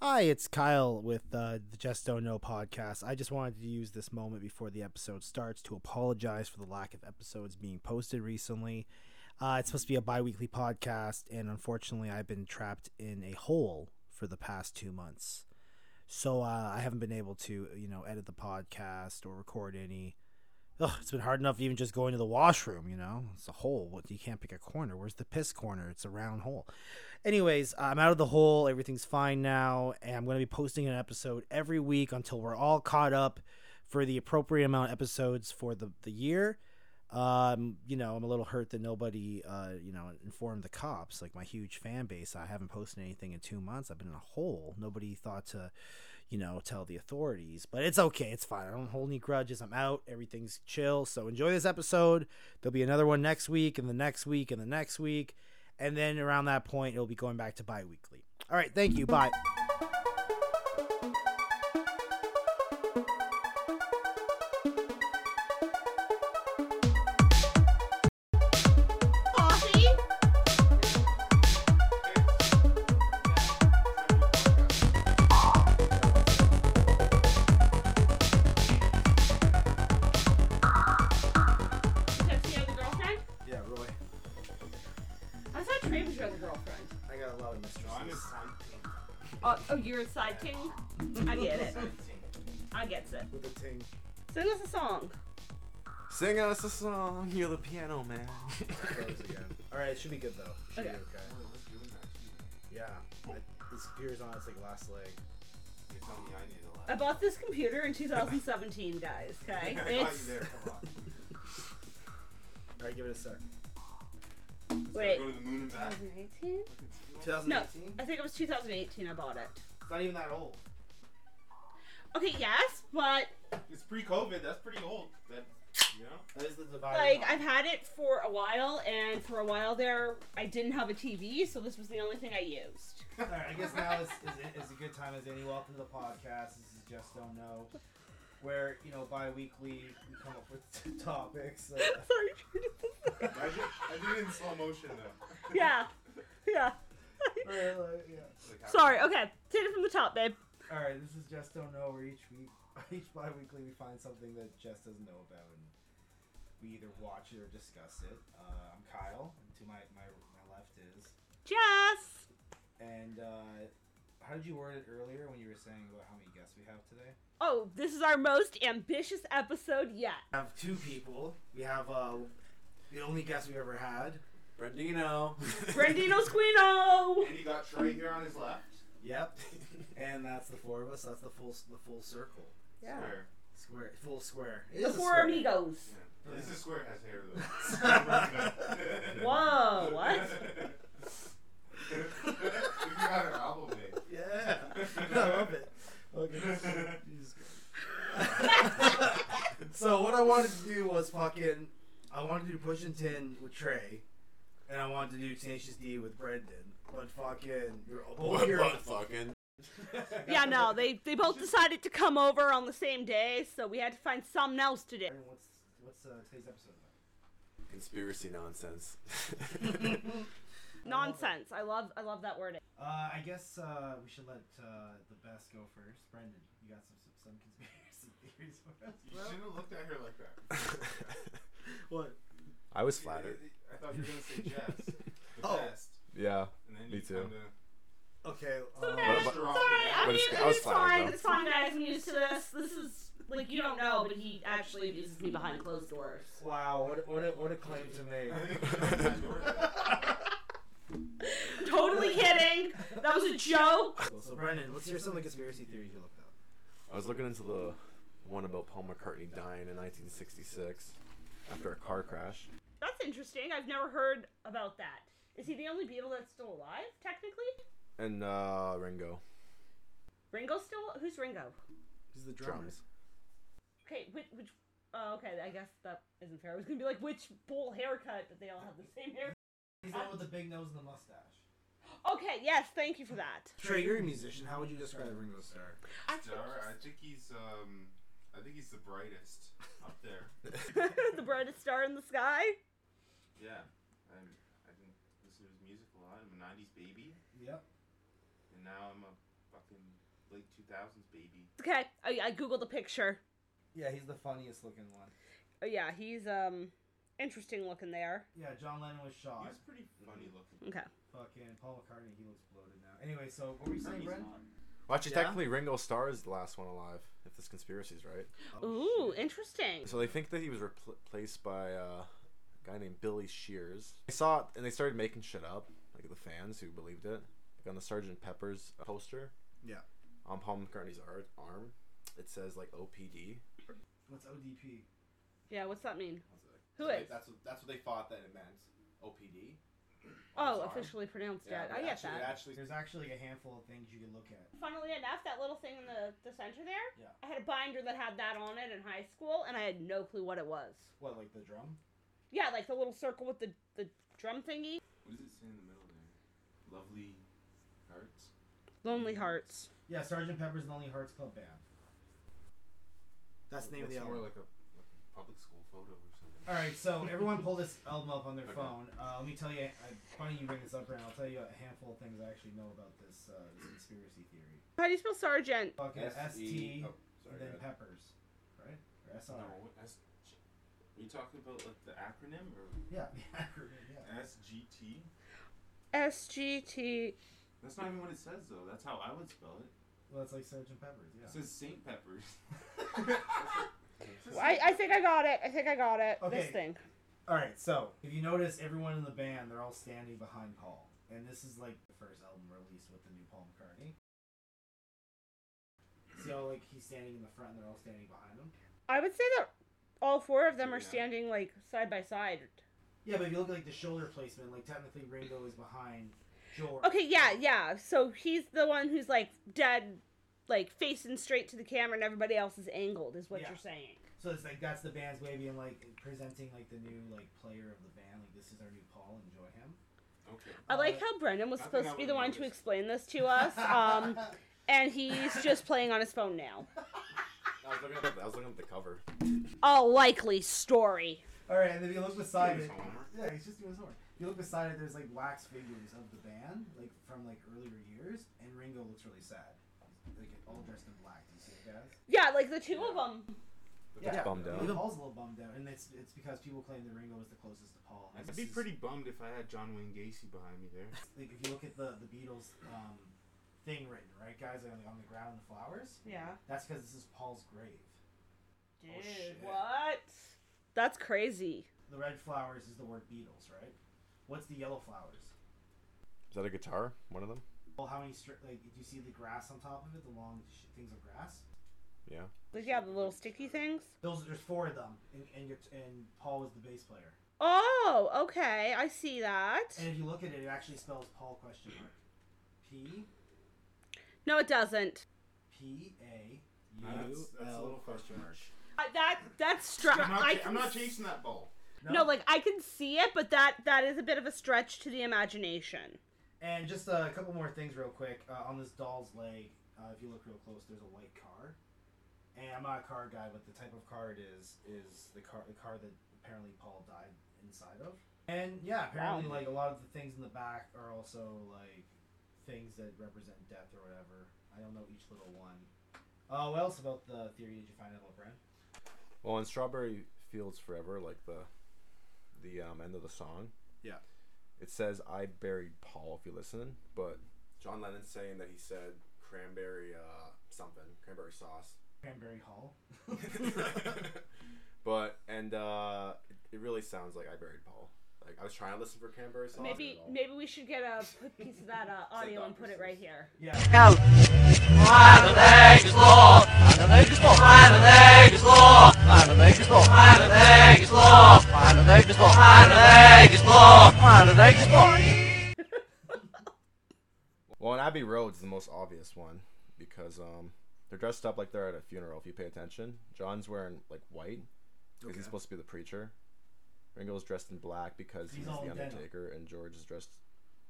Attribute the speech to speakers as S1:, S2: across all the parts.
S1: Hi, it's Kyle with uh, the Just Don't Know podcast. I just wanted to use this moment before the episode starts to apologize for the lack of episodes being posted recently. Uh, it's supposed to be a bi weekly podcast, and unfortunately, I've been trapped in a hole for the past two months. So uh, I haven't been able to, you know, edit the podcast or record any. Ugh, it's been hard enough even just going to the washroom, you know? It's a hole. What You can't pick a corner. Where's the piss corner? It's a round hole anyways i'm out of the hole everything's fine now and i'm going to be posting an episode every week until we're all caught up for the appropriate amount of episodes for the, the year um, you know i'm a little hurt that nobody uh, you know informed the cops like my huge fan base i haven't posted anything in two months i've been in a hole nobody thought to you know tell the authorities but it's okay it's fine i don't hold any grudges i'm out everything's chill so enjoy this episode there'll be another one next week and the next week and the next week and then around that point it'll be going back to bi-weekly all right thank you bye
S2: Coffee? Except she has a girlfriend?
S1: yeah roy
S2: I thought Trey was your other girlfriend.
S1: i got a lot of mistresses
S2: Oh, oh you're a side king? I get it. I get it.
S1: with a ting
S2: Sing us a song.
S3: Sing us a song, you're the piano man.
S1: all right it should be good though
S2: Should be Okay.
S1: yeah this appears on its like last leg
S2: I bought this computer in 2017, guys, okay? It's,
S1: all right give it a sec
S2: wait,
S3: Go to the moon and back.
S2: 2019? No,
S1: 2018
S2: I think it was 2018 I bought it.
S1: it's not even that old
S2: Okay, yes, but
S3: It's pre-COVID. That's pretty old. That you know.
S1: that is the divide
S2: like I've had it for a while, and for a while there, I didn't have a TV, so this was the only thing I used.
S1: all right i guess now is, is, is a good time as any welcome to the podcast this is just don't know where you know bi-weekly we come up with topics uh,
S2: Sorry, Trey, did this-
S3: I did, I did it in slow motion though.
S2: yeah, yeah.
S1: where, like, yeah.
S2: Sorry. Okay, take it from the top, babe.
S1: All right, this is Just Don't Know, where each week, each bi-weekly we find something that Jess doesn't know about, and we either watch it or discuss it. Uh, I'm Kyle, and to my, my, my left is...
S2: Jess.
S1: And uh, how did you word it earlier when you were saying about how many guests we have today?
S2: Oh, this is our most ambitious episode yet.
S1: We have two people. We have uh, the only guest we ever had.
S3: Brendino.
S2: Brandino Squino.
S3: And you got Trey here on his left.
S1: Yep. and that's the four of us. That's the full the full circle.
S3: Square.
S1: Square. Full square. It
S2: The
S1: is a
S2: four
S1: square.
S2: amigos.
S3: Yeah. This is square has hair though.
S2: Whoa, what?
S3: you got an album made.
S1: Yeah. I love it. Okay. Jesus Christ. so what I wanted to do was fucking I wanted to do Push and Tin with Trey, and I wanted to do Tenacious D with Brendan. But fucking you're both here.
S3: fucking?
S2: Yeah, no, they they both decided to come over on the same day, so we had to find something else to do.
S1: Aaron, What's what's uh, today's episode? about?
S3: Conspiracy nonsense.
S2: Nonsense. I love I love that word.
S1: Uh, I guess uh, we should let uh, the best go first. Brendan, you got some some, some conspiracy theories for us?
S4: You shouldn't have looked at her like that.
S1: What?
S5: I was flattered.
S4: I thought you were gonna say Jess. The
S1: Oh.
S4: best.
S5: Yeah.
S4: And then
S5: Me
S4: you
S5: too.
S4: Kinda,
S1: Okay. uh,
S2: okay.
S5: But-
S4: but-
S2: I
S5: But
S2: mean,
S5: it's-
S2: it's,
S5: I was flattered,
S2: fine.
S5: though.
S2: It's fine, guys. I'm used to this. This is like you don't know, but he actually abuses me behind closed doors.
S1: wow, what a- what a, what a claim to
S4: I
S1: make.
S4: think you opened that door.
S2: Totally kidding. That was a joke.
S1: Cool. So Brendan, let's hear some of the conspiracy theories you looked up.
S5: I was looking into the one about Paul McCartney dying in 1966 after a car crash.
S2: That's interesting. I've never heard about that. Is he the only Beatle that's still alive? Technically,
S5: And uh, Ringo.
S2: Ringo's still. Who's Ringo?
S1: He's the
S5: Drums.
S2: Okay, which. which oh, okay, I guess that isn't fair. I was gonna be like, which bowl haircut, but they all have the same hair.
S1: He's the one with the big nose and the mustache.
S2: Okay, yes, thank you for that.
S1: Trey, you're a musician. How would you describe Ringo Starr?
S4: Jar, I think he's um, I think he's the brightest up there.
S2: the brightest star in the sky.
S4: Yeah, I'm, I can listen to his music a lot. I'm a '90s baby,
S1: Yep.
S4: and now I'm a fucking
S3: fucking late 2000s baby.
S2: Okay, I, I googled a picture.
S1: Yeah, he's the funniest looking one.
S2: Oh yeah, he's um interesting looking there.
S1: Yeah, John Lennon was shot.
S3: He was pretty funny
S1: Mm-hmm.
S3: looking.
S2: Okay.
S1: Fucking Paul McCartney, he looks bloated now. Anyway, so what were you saying,
S3: He's
S1: Brent?
S3: not.
S5: Well, actually,
S1: Yeah?
S5: technically, Ringo Starr is the last one alive, if this conspiracy is right.
S1: Oh,
S2: Ooh,
S1: shit.
S2: interesting.
S5: So they think that he was repl- replaced by uh, a guy named Billy Shears. They saw it and they started making shit up, like the fans who believed it, like on the Sergeant Pepper's poster.
S1: Yeah.
S5: On Paul McCartney's ar- arm, it says like OPD.
S1: What's ODP?
S2: Yeah, what's that mean?
S3: I was like,
S2: Who
S3: that's
S2: is?
S3: what- That's what, that's what they thought that it meant. OPD.
S2: Oh,
S3: Sorry.
S2: officially pronounced dead.
S3: but
S2: I get
S3: actually,
S2: that.
S3: It actually,
S1: There's actually like a handful of things you can look at.
S2: Funnily enough, that little thing in the, the center there,
S1: Yeah.
S2: I had a binder that had that on it in high school, and I had no clue what it was.
S1: What, like the drum?
S2: Yeah, like the little circle with the, the drum thingy.
S3: what does it say in the middle there? Lovely hearts.
S2: Lonely Hearts.
S1: Yeah, Sergeant Pepper's Lonely Hearts Club Band. That's the name of the
S3: It's more
S1: album.
S3: like a, like a public school photo or something.
S1: All right, so everyone pull this album up on their
S3: Okay.
S1: phone. Uh, let me tell you, uh, funny you bring this up, Brent. I'll tell you a handful of things I actually know about this, uh, this conspiracy theory.
S2: How do you spell sergeant?
S1: Fucking ST,
S3: S-E- Oh,
S1: and
S3: sorry.
S1: then
S3: guys.
S1: Peppers, right? Or SR.
S3: No, what- S- Are you talking about like the acronym or
S1: Yeah, the acronym, yeah.
S3: SGT?
S2: S G T.
S3: That's not even what it says though. That's how I would spell it.
S1: Well, it's like Sergeant Pepper's, yeah.
S3: It says St. Peppers.
S2: I, I think I got it. I think I got it. This
S1: Okay.
S2: thing.
S1: All right, so if you notice, everyone in the band they're all standing behind Paul, and this is like the first album released with the new Paul McCartney. So like he's standing in the front, and they're all standing behind him.
S2: I would say that all four of them are
S3: Yeah.
S2: standing like side by side.
S1: Yeah, but if you look at like the shoulder placement, like technically Ringo is behind George.
S2: Okay, yeah, yeah. So he's the one who's like dead, like facing straight to the camera, and everybody else is angled, is what
S1: Yeah.
S2: you're saying.
S1: So it's like that's the band's way of being like presenting like the new like player of the band. Like this is our new Paul. Enjoy him.
S3: okay.
S2: I like
S1: Uh,
S2: how Brendan was
S3: I
S2: supposed
S3: think
S2: to
S3: I
S2: be the
S3: would
S2: one to
S3: notice.
S2: explain this to us, um, and he's just playing on his phone now.
S5: I was looking at the, I was looking at the cover.
S2: A likely story.
S1: all right, and then if you look beside
S3: Doing
S1: it,
S3: his homework.
S1: yeah, he's just doing his homework. If you look beside it, there's like wax figures of the band, like from like earlier years, and Ringo looks really sad. He's, Like all dressed in black. Do you see it, guys?
S2: Yeah, like the two of them.
S1: Yeah.
S5: bummed out.
S1: Even Paul's a little bummed out, and it's it's because people claim that Ringo was the closest to Paul. and
S3: I'd
S1: this
S3: be
S1: is-
S3: pretty bummed if I had John Wayne Gacy behind me there.
S1: Like if you look at the the Beatles um, thing written right, guys, on the, on the ground, the flowers.
S2: Yeah.
S1: That's because this is Paul's grave.
S2: Dude,
S3: Oh, shit.
S2: what? That's crazy.
S1: The red flowers is the word Beatles, right? What's the yellow flowers?
S5: Is that a guitar? One of them?
S1: Well, how many stri- like do you see the grass on top of it? The long sh- things of grass.
S5: Yeah.
S2: Like yeah, the little sticky things.
S1: Those there's four of them, and and, your t- and Paul was the bass player.
S2: Oh, okay, I see that.
S1: And if you look at it, it actually spells Paul question mark. P
S2: No, it doesn't.
S1: P A U
S3: Nah, that's, that's a
S1: L
S3: little question mark.
S2: I, that that's stretch.
S3: I'm not, cha- I'm not chasing that ball.
S2: No, like I can see it, but that that is a bit of a stretch to the imagination.
S1: And just uh, a couple more things, real quick. Uh, on this doll's leg, uh, if you look real close, there's a white car. And I'm not a car guy, but the type of car it is is the car the car that apparently Paul died inside of. And yeah, apparently
S2: Wow.
S1: like a lot of the things in the back are also like things that represent death or whatever. I don't know each little one. Uh, what else about the theory did you find out, about, Brent?
S5: Well, in Strawberry Fields Forever, like the the um, end of the song.
S1: Yeah.
S5: It says I buried Paul if you listen, but John Lennon's saying that he said cranberry uh, something, cranberry sauce.
S1: Cranberry Hall.
S5: but and uh, it, it really sounds like I buried Paul. Like I was trying to listen for cranberry sauce.
S2: Maybe
S5: but-
S2: maybe we should get a p- piece of that uh, audio and put it right here.
S1: Yeah.
S5: Well, and Abbey Road's the most obvious one because um, they're dressed up like they're at a funeral. If you pay attention, John's wearing like white because
S1: Okay.
S5: he's supposed to be the preacher. Ringo's dressed in black because
S1: He's
S5: he's,
S1: all
S5: the
S1: denim.
S5: undertaker, and George is dressed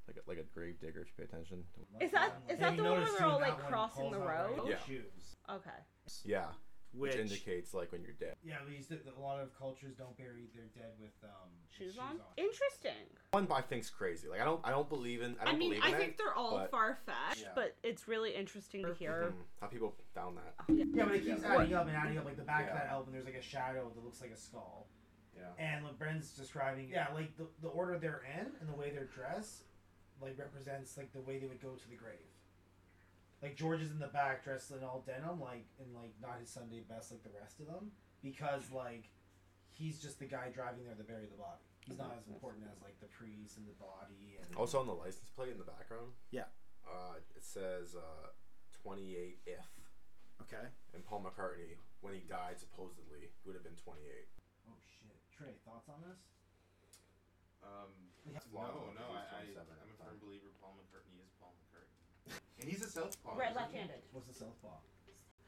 S5: like a, like a grave digger. If you pay attention,
S2: Is that- is
S1: And
S2: that
S1: you
S2: the one
S1: notice
S2: where they're all,
S1: too,
S2: like,
S1: that one,
S2: crossing
S1: Paul's
S2: the
S1: not wearing
S2: road?
S5: Yeah.
S1: Shoes.
S2: Okay.
S5: yeah, which,
S6: which,
S5: indicates like when you're dead.
S1: Yeah, at least that- that a lot of cultures don't bury their dead with um,
S2: shoes on. Interesting.
S5: One I think's crazy. Like I don't I don't believe in I
S2: I,
S5: don't
S2: mean,
S5: believe in
S2: I
S5: that,
S2: think they're all
S5: but-
S2: far fetched,
S1: Yeah.
S2: but it's really interesting to hear.
S5: Mhm, how people found that.
S1: Yeah, but it keeps
S5: Yeah,
S1: adding up and adding up. Like the back of
S5: Yeah.
S1: that album, there's like a shadow that looks like a skull.
S5: Yeah.
S1: And like Bren's describing, yeah, like the, the order they're in and the way they're dressed, like represents like the way they would go to the grave. Like George is in the back dressed in all denim, like in like not his Sunday best like the rest of them, because like he's just the guy driving there to bury the body. He's not as important as like the priest and the body and
S5: Mm-hmm. Also on the license plate in the background.
S6: Yeah.
S5: Uh, it says uh, 28 if,
S6: okay.
S5: and Paul McCartney when he died supposedly would have been 28.
S1: oh shit. Trey, thoughts on this?
S3: Um,
S5: That's a
S3: no,
S5: lot
S3: no,
S5: of
S3: I, I,
S5: 27 at
S3: I'm a
S5: the
S3: firm
S5: time.
S3: believer Paul McCartney is Paul McCartney. And he's a southpaw.
S2: Right,
S3: isn't he?
S2: left-handed.
S1: What's the southpaw?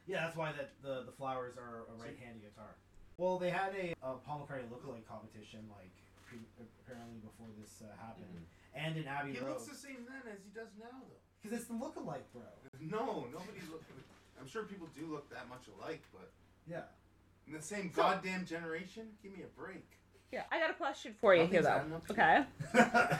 S1: Yeah, that's why that the, the flowers are a right-handed guitar. Well, they had a, a Paul McCartney lookalike competition, like pre- apparently before this uh, happened,
S2: Mm-hmm.
S1: and in Abbey
S3: He
S1: Road,
S3: looks the same then as he does now, though.
S1: because it's the lookalike, bro.
S3: No, nobody look. I'm sure people do look that much alike, but
S1: Yeah.
S3: in the same
S2: So-
S3: goddamn generation, give me a break.
S2: Yeah, I got a question for you
S3: Okay,
S2: here
S3: so
S2: though.
S3: I'm up to
S2: Okay.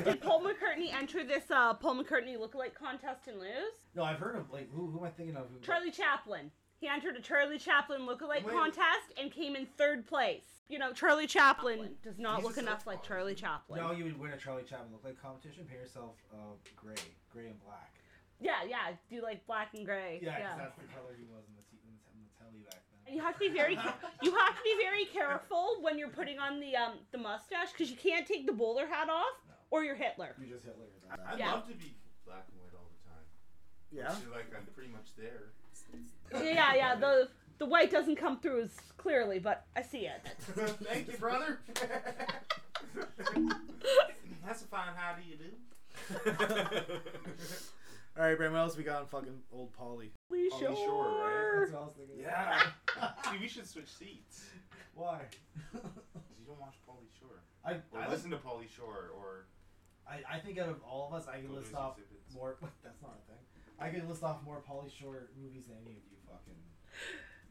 S1: no,
S2: Did Paul McCartney enter this uh, Paul McCartney lookalike contest and lose?
S1: I've heard of like who, who am I thinking of? Who,
S2: Charlie Chaplin. He entered a Charlie Chaplin lookalike
S3: Wait.
S2: contest and came in third place. You know, Charlie Chaplin does not
S3: He's a
S2: look enough like
S3: softball.
S2: Charlie Chaplin.
S1: No, you would win a Charlie Chaplin lookalike competition. Pay yourself uh, gray, gray and black.
S2: Yeah, yeah. Do like black and gray.
S1: Yeah, 'cause that's the color he was in the, t- in the, t- in the telly back then.
S2: You have to be very ca- you have to be very careful when you're putting on the um the mustache because you can't take the bowler hat off
S1: No.
S2: or you're Hitler.
S1: You just Hitler.
S3: I'd
S2: Yeah.
S3: love to be black and white all the time.
S6: Yeah.
S3: Actually, like I'm pretty much there.
S2: yeah, yeah. The the white doesn't come through as clearly, but I see it.
S3: Thank you, brother. That's a fine how do you do.
S6: All right, Bram. What else we got on fucking old Polly?
S2: Lee
S3: Are we sure,
S1: That's what I was thinking. of.
S3: Yeah. See, we should switch seats.
S1: Why?
S3: 'Cause You don't watch Pauly Shore.
S1: I,
S3: Or
S1: I,
S3: listen to Pauly Shore or
S1: I, I think out of all of us, I can
S3: Go
S1: list
S3: to
S1: off
S3: exhibits.
S1: more. That's not a thing. I can list off more Polly Shore movies than any of you fucking.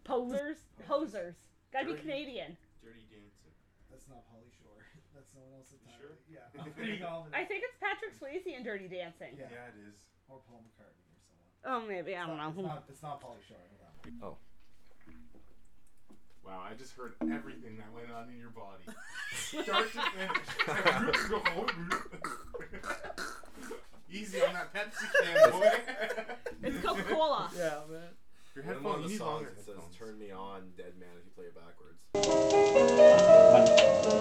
S2: Posers. Posers. Gotta be Canadian.
S3: Dirty Dancing.
S1: That's not Polly Shore. That's someone else
S3: You
S1: entirely.
S3: sure?
S1: Yeah, I'm pretty confident.
S2: I think it's Patrick Swayze in Dirty Dancing.
S1: Yeah.
S3: Yeah, it is.
S1: Or Paul McCartney or someone.
S2: Oh, maybe. I
S1: It's
S2: don't
S1: not- It's
S2: know.
S1: not, it's not Polly Shore. Hold on.
S3: Wow, I just heard everything that went on in your body. Start to finish. Easy on that Pepsi can, boy.
S2: It's Coca Cola.
S6: Yeah, man.
S3: Your
S5: One of
S3: headphones.
S5: the
S3: You need
S5: songs
S3: longer
S5: it says
S3: headphones.
S5: "Turn Me On, Dead Man" if you play it backwards.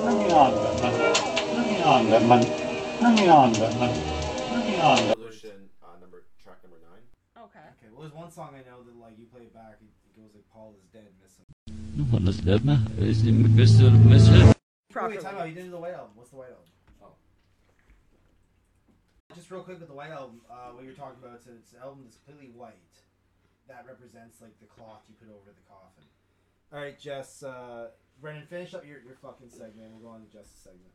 S7: Hanging on, Batman. Hanging on, Batman. Hanging on, Batman. Hanging on, Batman.
S5: Revolution uh, number track number nine.
S2: Okay.
S1: Okay, well, there's one song I know that like you play it back, it, it goes like Paul is dead, miss him.
S7: No one is dead, man. Is it Mr. Mr.
S1: Wait, time
S2: Properly.
S1: out. You didn't do the White Album. What's the White Album? Just real quick with the White Album, uh, what you're talking about, it's, it's an album that's completely white. That represents, like, the cloth you put over the coffin. All right, Jess, uh, Brendan, finish up your, your fucking segment. We'll go on to Jess's segment.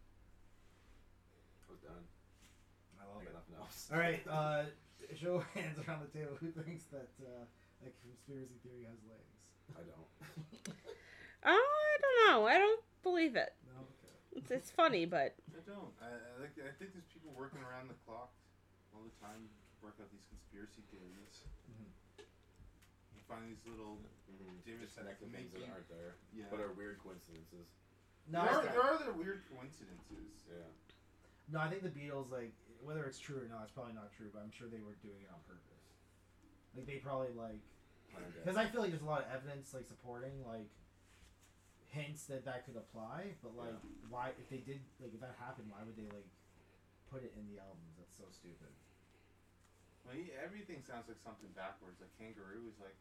S5: I was done.
S1: I
S5: I
S1: love
S5: got
S1: it.
S5: nothing else.
S1: All right, uh, show of hands around the table. Who thinks that, uh, that conspiracy theory has legs?
S5: I don't.
S2: Oh, I don't know. I don't believe it.
S1: No? Okay.
S2: It's, it's funny, but
S3: I don't. I, I, like, I think there's people working around the clock all the time to work out these conspiracy theories.
S1: Mhm.
S3: You find these little.
S5: Mhm.
S3: David
S5: Mm-hmm. Just
S3: said
S5: connecting things that
S3: maybe-
S5: aren't there,
S3: Yeah.
S5: but are weird coincidences.
S1: No,
S3: there,
S1: I
S3: are,
S1: think-
S3: there are other weird coincidences.
S5: Yeah.
S1: no, I think the Beatles, like, whether it's true or not, it's probably not true, but I'm sure they were doing it on purpose. Like, they probably, like,
S5: Planned it.
S1: Because I feel like there's a lot of evidence like supporting like hints that that could apply, but like why if they did like if that happened, why would they like put it in the albums? That's so stupid.
S3: Well, yeah, everything sounds like something backwards. Like kangaroo is like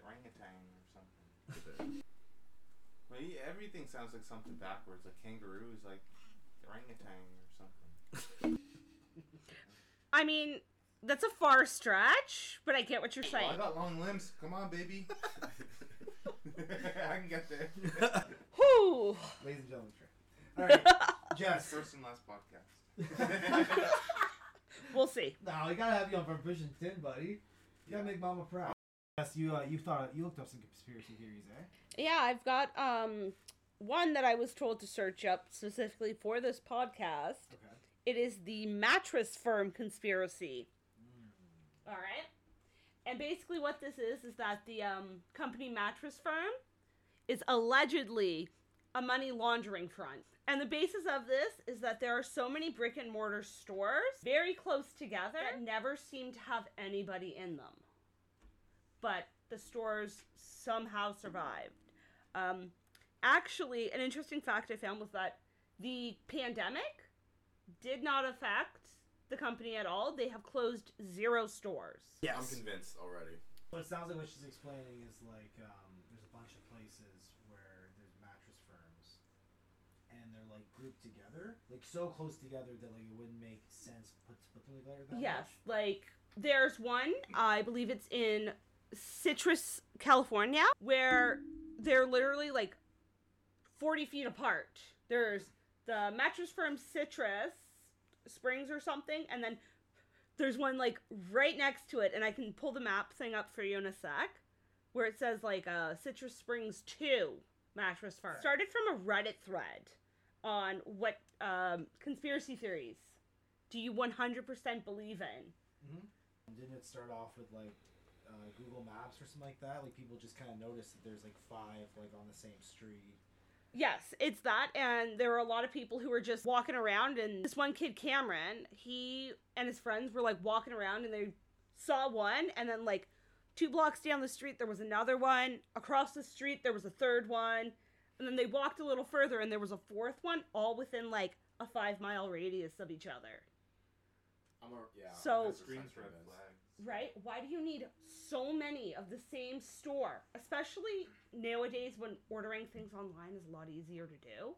S3: orangutan or something. Well, yeah, everything sounds like something backwards. Like kangaroo is like orangutan or something.
S2: I mean, that's a far stretch, but I get what you're
S3: Well, I
S2: saying.
S3: got long limbs. Come on, baby. I can get there.
S2: Whew.
S1: Ladies and gentlemen, Trey. All right, Jess.
S3: First and last podcast.
S2: We'll see.
S1: No, we gotta have you on for Vision Ten, buddy. You gotta make Mama proud. Yes, you uh, you thought you looked up some conspiracy theories, eh?
S2: Yeah, I've got um one that I was told to search up specifically for this podcast.
S1: Okay.
S2: It is the mattress firm conspiracy. All right. And basically, what this is is that the um, company mattress firm is allegedly a money laundering front. And the basis of this is that there are so many brick and mortar stores very close together that never seem to have anybody in them. But the stores somehow survived. Um, actually, an interesting fact I found was that the pandemic did not affect the company at all. They have closed zero stores.
S5: I'm convinced already.
S1: What it sounds like what she's explaining is like um, there's a bunch of places where there's mattress firms, and they're like grouped together, like so close together that like it wouldn't make sense put to put them together. That
S2: Yes,
S1: much.
S2: like there's one, I believe it's in Citrus, California, where they're literally like 40 feet apart. There's the mattress firm Citrus Springs or something, and then there's one like right next to it, and I can pull the map thing up for you in a sec, where it says like uh, Citrus Springs 2 mattress firm. Started from a Reddit thread on what um, conspiracy theories do you 100% believe in?
S1: Didn't it start off with like uh, Google Maps or something like that? Like people just kind of noticed that there's like five like on the same street.
S2: Yes, it's that. And there were a lot of people who were just walking around. And this one kid, Cameron, he and his friends were like walking around and they saw one. And then, like, two blocks down the street, there was another one. Across the street, there was a third one. And then they walked a little further and there was a fourth one, all within like a five mile radius of each other.
S5: I'm a, yeah.
S2: So-
S5: I'm 100%
S3: Screens red
S5: convinced.
S3: flags.
S2: Right? Why do you need so many of the same store? Especially nowadays when ordering things online is a lot easier to do.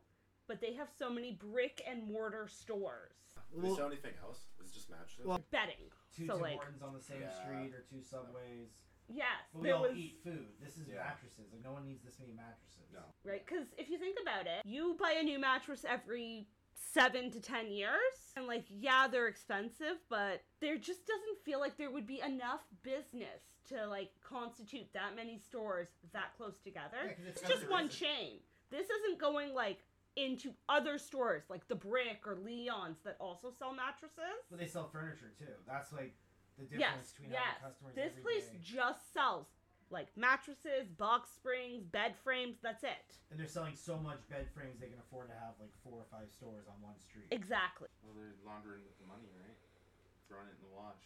S2: But they have so many brick and mortar stores.
S5: Did they show anything else? Was it just matches?
S8: Well-
S2: Betting.
S1: Two
S2: so,
S1: Tim
S2: like,
S1: Hortons on the same
S5: Yeah.
S1: street or two subways.
S2: yes,
S1: But we
S2: there
S1: all
S2: was.
S1: eat food. This is
S5: Yeah.
S1: mattresses. Like no one needs this many mattresses.
S5: No.
S2: Right? Because if you think about it, you buy a new mattress every seven to ten years. And, like, yeah, they're expensive, but there just doesn't feel like there would be enough business to, like, constitute that many stores that close together.
S1: Yeah, 'cause
S2: It's
S1: got
S2: just
S1: the
S2: one
S1: reason-
S2: chain. This isn't going like into other stores like the Brick or Leon's that also sell mattresses.
S1: But they sell furniture too. That's like the difference
S2: Yes,
S1: between
S2: yes.
S1: having customers.
S2: This
S1: every
S2: place
S1: day.
S2: just sells like mattresses, box springs, bed frames. That's it.
S1: and they're selling so much bed frames they can afford to have like four or five stores on one street.
S2: Exactly.
S3: Well, they're laundering the money, right? Throwing it in the wash.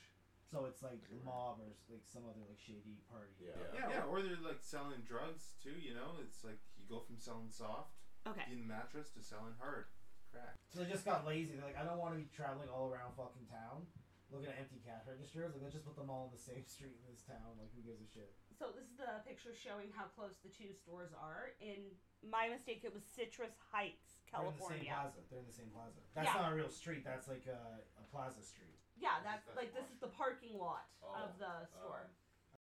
S1: so it's like the mob or s- like some other like shady party.
S5: Yeah.
S3: Yeah, yeah, or they're like selling drugs too. You know, it's like you go from selling soft,
S2: Okay.
S3: in the mattress, to selling hard, crack.
S1: So they just got lazy. They're like, I don't want to be traveling all around fucking town looking at empty cash registers. Like let's just put them all on the same street in this town. Like who gives a shit?
S2: So this is the picture showing how close the two stores are. In my mistake, it was Citrus Heights,
S1: They're in the same
S2: California.
S1: plaza. They're in the same plaza. That's
S2: Yeah.
S1: not a real street. That's like a, a plaza street.
S2: Yeah, that's
S3: That's- that's
S2: like this is the parking lot of the store.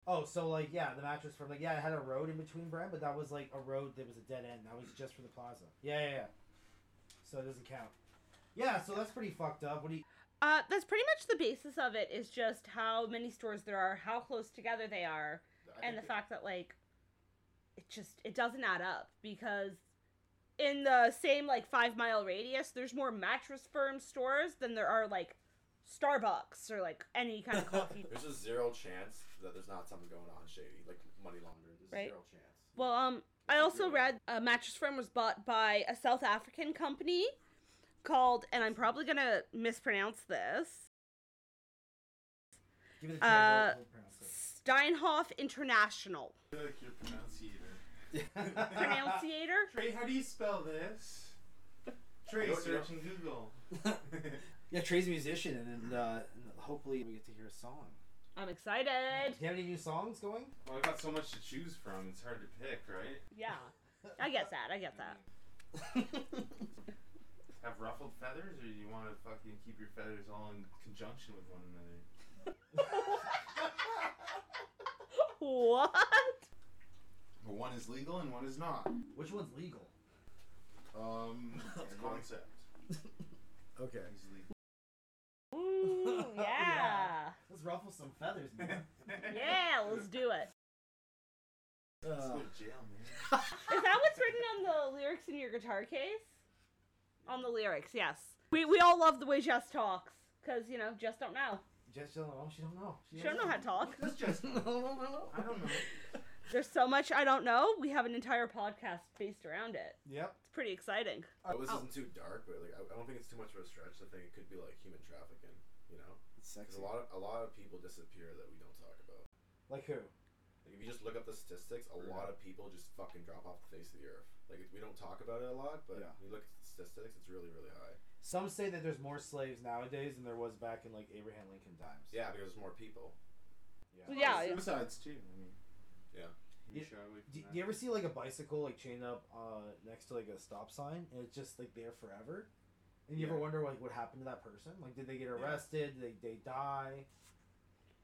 S1: Oh, so like yeah, the mattress firm. Like yeah, it had a road in between Brent, but that was like a road that was a dead end. That was just for the plaza. Yeah, yeah, yeah. So it doesn't count. Yeah, so that's pretty fucked up. What do you?
S2: Uh, that's pretty much the basis of it is just how many stores there are, how close together they are, and the fact that like it just it doesn't add up because in the same like 5 mile radius, there's more mattress firm stores than there are like Starbucks or like any kind of coffee.
S5: There's a zero chance that there's not something going on shady, like money laundering. There's
S2: Right.
S5: zero chance.
S2: Well, um, I also read a mattress firm was bought by a South African company called, and I'm probably gonna mispronounce this,
S1: Give it a
S2: Uh,
S1: try. we'll- we'll pronounce it.
S2: Steinhoff International.
S3: I feel like you're pronunciator.
S2: Pronunciator?
S3: Trey, how do you spell this? Trey,
S5: You know-
S3: search in Google.
S1: yeah, Trey's a musician, and, then uh, and hopefully we get to hear a song.
S2: I'm
S1: Do
S2: excited.
S1: you have any new songs going?
S3: Well, I got so much to choose from. It's hard to pick, right?
S2: Yeah. I get that. I get that.
S3: Have ruffled feathers, or do you want to fucking keep your feathers all in conjunction with one another?
S2: What?
S3: But one is legal and one is not.
S1: Which one's legal?
S3: Um,
S5: That's
S3: it's a
S5: cool.
S3: concept.
S5: okay.
S3: It's legal.
S2: Ooh, yeah.
S1: Let's ruffle some feathers, man.
S2: Yeah, let's do it.
S3: Let's go
S1: Uh,
S3: to jail, man.
S2: Is that what's written on the lyrics in your guitar case? On the lyrics, yes. We we all love the way Jess talks, cause you know Jess don't know.
S1: Jess don't know. She don't know.
S2: She don't know how to talk.
S1: That's Jess. no, no, no.
S3: I don't know.
S2: There's so much I don't know. We have an entire podcast based around it.
S1: Yep.
S2: It's pretty exciting.
S5: I was isn't too dark, but like I, I don't think it's too much of a stretch to think it could be like human trafficking. You know,
S1: It's sexy.
S5: because a lot of a lot of people disappear that we don't talk about.
S1: Like who?
S5: Like if you just look up the statistics, a lot of people just fucking drop off the face of the earth. Like it, we don't talk about it a lot, but
S1: Yeah.
S5: when you look at the statistics, it's really really high.
S1: Some say that there's more slaves nowadays than there was back in like Abraham Lincoln times.
S5: Yeah, because there's more people.
S2: Yeah, yeah.
S3: Suicides too. I mean.
S5: Yeah.
S3: You
S1: Yeah.
S3: shy away from
S1: Do,
S3: that.
S1: do you ever see like a bicycle like chained up uh, next to like a stop sign and it's just like there forever? And you ever
S5: Yeah.
S1: wonder like what happened to that person? Like did they get arrested? Did they, they die?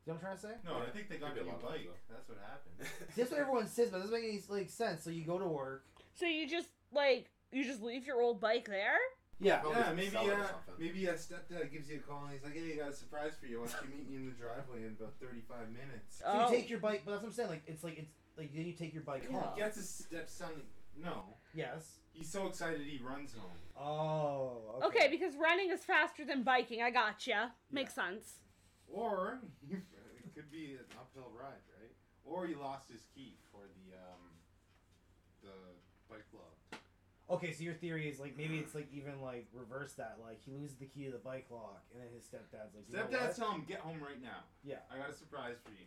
S1: You know what I'm trying to say?
S3: No, I think they got
S5: Could be
S3: a
S5: a
S3: new
S5: lot of
S3: bike.
S5: those,
S3: That's what happened.
S1: See, That's what everyone says, but it doesn't make any like sense. So you go to work.
S2: So you just like you just leave your old bike there?
S1: Yeah.
S5: Probably
S3: Yeah,
S5: just
S3: maybe
S5: sell it or
S3: uh,
S5: something.
S3: maybe uh, stepdad gives you a call and he's like, "Hey, I got a surprise for you. Why don't you meet me in the driveway in about thirty-five minutes?"
S1: So
S5: Uh,
S2: Oh.
S1: you take your bike, but that's what I'm saying. Like it's like it's like then you take your bike home.
S3: He gets his stepson. No,
S1: Yes.
S3: he's so excited he runs home.
S1: Oh.
S2: okay. because running is faster than biking. I gotcha. Makes sense.
S3: Or it could be an uphill ride, right? Or he lost his key for the um, the bike club.
S1: Okay, so your theory is like maybe it's like even like reverse that. Like he loses the key to the bike lock, and then his stepdad's like, you know
S3: Stepdad,
S1: what?
S3: tell him get home right now.
S1: Yeah,
S3: I got a surprise for you.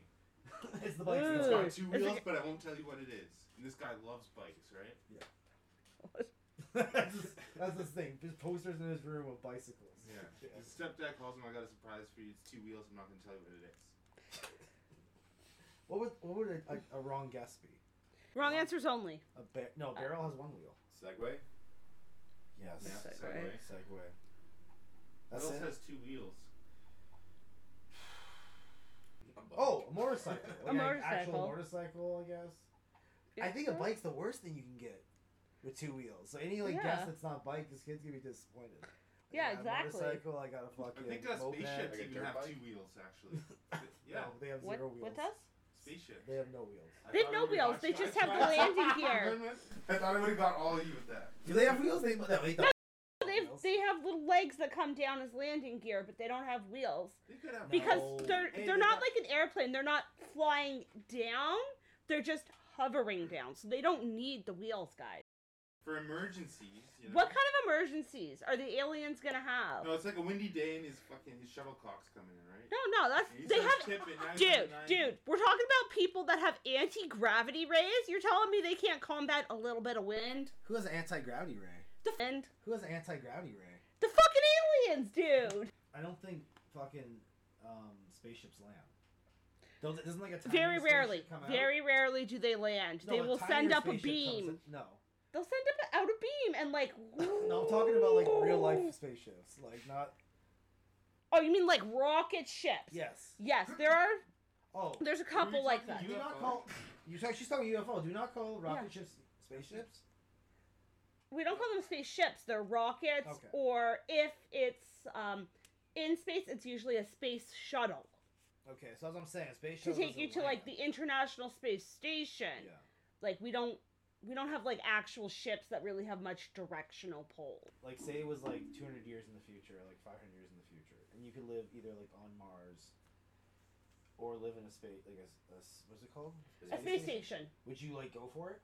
S1: it's the bike.
S3: It's
S2: Ooh.
S3: got two
S2: It's
S3: wheels,
S2: like-
S3: but I won't tell you what it is. And this guy loves bikes, right?
S1: that's, his, that's his thing. His posters in his room of bicycles.
S3: Yeah. His stepdad calls him. I got a surprise for you. It's two wheels. I'm not gonna tell you what it is.
S1: What would what would a, a, a wrong guess be?
S2: Wrong answers only.
S1: A ba- no, a barrel has one wheel.
S5: Segway.
S1: Yes.
S3: Yeah,
S2: Segway.
S3: Segway.
S1: Segway.
S3: What
S1: That's
S3: else
S1: it.
S3: has two wheels?
S1: Oh, a motorcycle.
S2: A
S1: Like, an
S2: motorcycle.
S1: Actual motorcycle, I guess. I think a bike's the worst thing you can get with two wheels. So any like
S2: Yeah.
S1: guess that's not bike, this kid's gonna be disappointed. Like,
S2: Yeah,
S1: I got a
S2: exactly.
S1: Motorcycle. I got a
S3: I
S1: fucking.
S3: think uh,
S1: moped.
S3: spaceships
S5: Like a
S3: even
S5: dirt
S3: have
S5: bike?
S3: two wheels, actually. yeah,
S1: No, they have
S2: What
S1: zero wheels.
S2: what does?
S3: spaceships.
S1: They have no wheels.
S3: I
S2: They have
S3: thought
S2: no
S3: I would've
S2: wheels,
S3: got
S2: they
S3: you.
S2: just have the landing gear.
S3: I thought I would have got all you with that.
S1: Do they have wheels? They, no, they don't.
S2: They have, they have little legs that come down as landing gear, but they don't have wheels
S3: They could have
S2: because
S1: No.
S2: they're
S3: Hey,
S2: they're
S3: they
S2: not
S3: got-
S2: like an airplane. They're not flying down. They're just hovering down, so they don't need the wheels, guys.
S3: for emergencies. You know?
S2: What kind of emergencies are the aliens gonna have?
S3: No, it's like a windy day and his fucking his shuttlecock's coming in, right?
S2: No, no, that's
S3: He
S2: they have.
S3: starts tipping, now he's
S2: Dude,
S3: on the
S2: dude, we're talking about people that have anti gravity rays. You're telling me they can't combat a little bit of wind?
S1: Who has an anti gravity ray?
S2: The wind,
S1: Who has an anti gravity ray?
S2: the fucking aliens, dude.
S1: I don't think fucking um, spaceships land. Don't, isn't like a tiny
S2: Very
S1: spaceship
S2: rarely,
S1: come out?
S2: very rarely do they land.
S1: No,
S2: they
S1: a
S2: will
S1: tinier
S2: send up a
S1: spaceship comes
S2: beam.
S1: in- No,
S2: They'll send up out a beam and like.
S1: no, I'm talking about like real life spaceships, like not
S2: Oh, you mean like rocket ships?
S1: yes.
S2: Yes, there are.
S1: Oh,
S2: There's a
S3: Were
S2: couple
S3: you
S2: like that.
S3: talking
S1: do not
S3: UFO?
S1: call. You talk, she's talking UFO. Do not call rocket ships spaceships.
S2: We don't call them spaceships. They're rockets,
S1: Okay.
S2: or if it's um, in space, it's usually a space shuttle
S1: Okay, so that's what I'm saying. a Space
S2: to
S1: shuttle
S2: take you to
S1: doesn't
S2: like the
S1: land.
S2: International Space Station.
S1: Yeah.
S2: Like we don't we don't have like actual ships that really have much directional pull.
S1: like say it was like 200 years in the future like 500 years in the future and you could live either like on mars or live in a space like a, s- a s- what's it called
S2: A space station.
S1: would you like go for it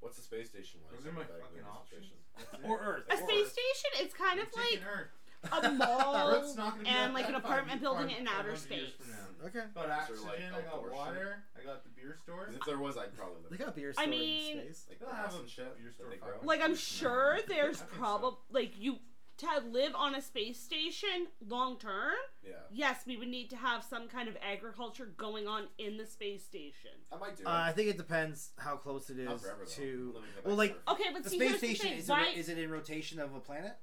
S5: What's the space station like?
S3: Those are my
S5: Back
S3: fucking
S5: then, the
S3: options.
S5: station.
S3: That's it.
S1: or earth
S2: A space station is kind
S3: You're
S2: of
S3: taking
S2: like
S3: Earth.
S2: a
S3: Earth's
S2: mall.
S3: not gonna be
S2: and, like,
S3: that
S2: an
S3: bad
S2: apartment
S3: five-
S2: building in
S3: five
S2: outer
S3: hundred years
S2: space.
S3: from now.
S9: Okay.
S3: Got
S5: Sort
S3: oxygen. I
S5: of like
S3: got
S5: outdoor
S3: water. I got the beer store.
S5: 'Cause If there was, I'd probably
S9: They
S5: live.
S9: got beer
S2: I
S9: stored
S2: mean-
S9: in space.
S5: Like
S3: They'll
S5: the
S3: have
S5: grass
S3: a
S5: and shit.
S3: beer
S5: that
S3: store
S5: they
S3: fire.
S5: grow.
S2: Like I'm sure there's
S3: I think so.
S2: probably like you to live on a space station long term.
S5: Yeah.
S2: Yes, we would need to have some kind of agriculture going on in the space station.
S5: I might do. it.
S9: Uh, I think it depends how close it
S5: Not
S9: is
S5: forever, though.
S9: to.
S5: Living the
S9: well,
S5: back
S9: like,
S5: surface.
S2: Okay, but
S9: The
S2: Oh, see,
S9: space
S2: here's
S9: station
S2: the thing.
S9: is,
S2: Why?
S9: it, is it in rotation of a planet?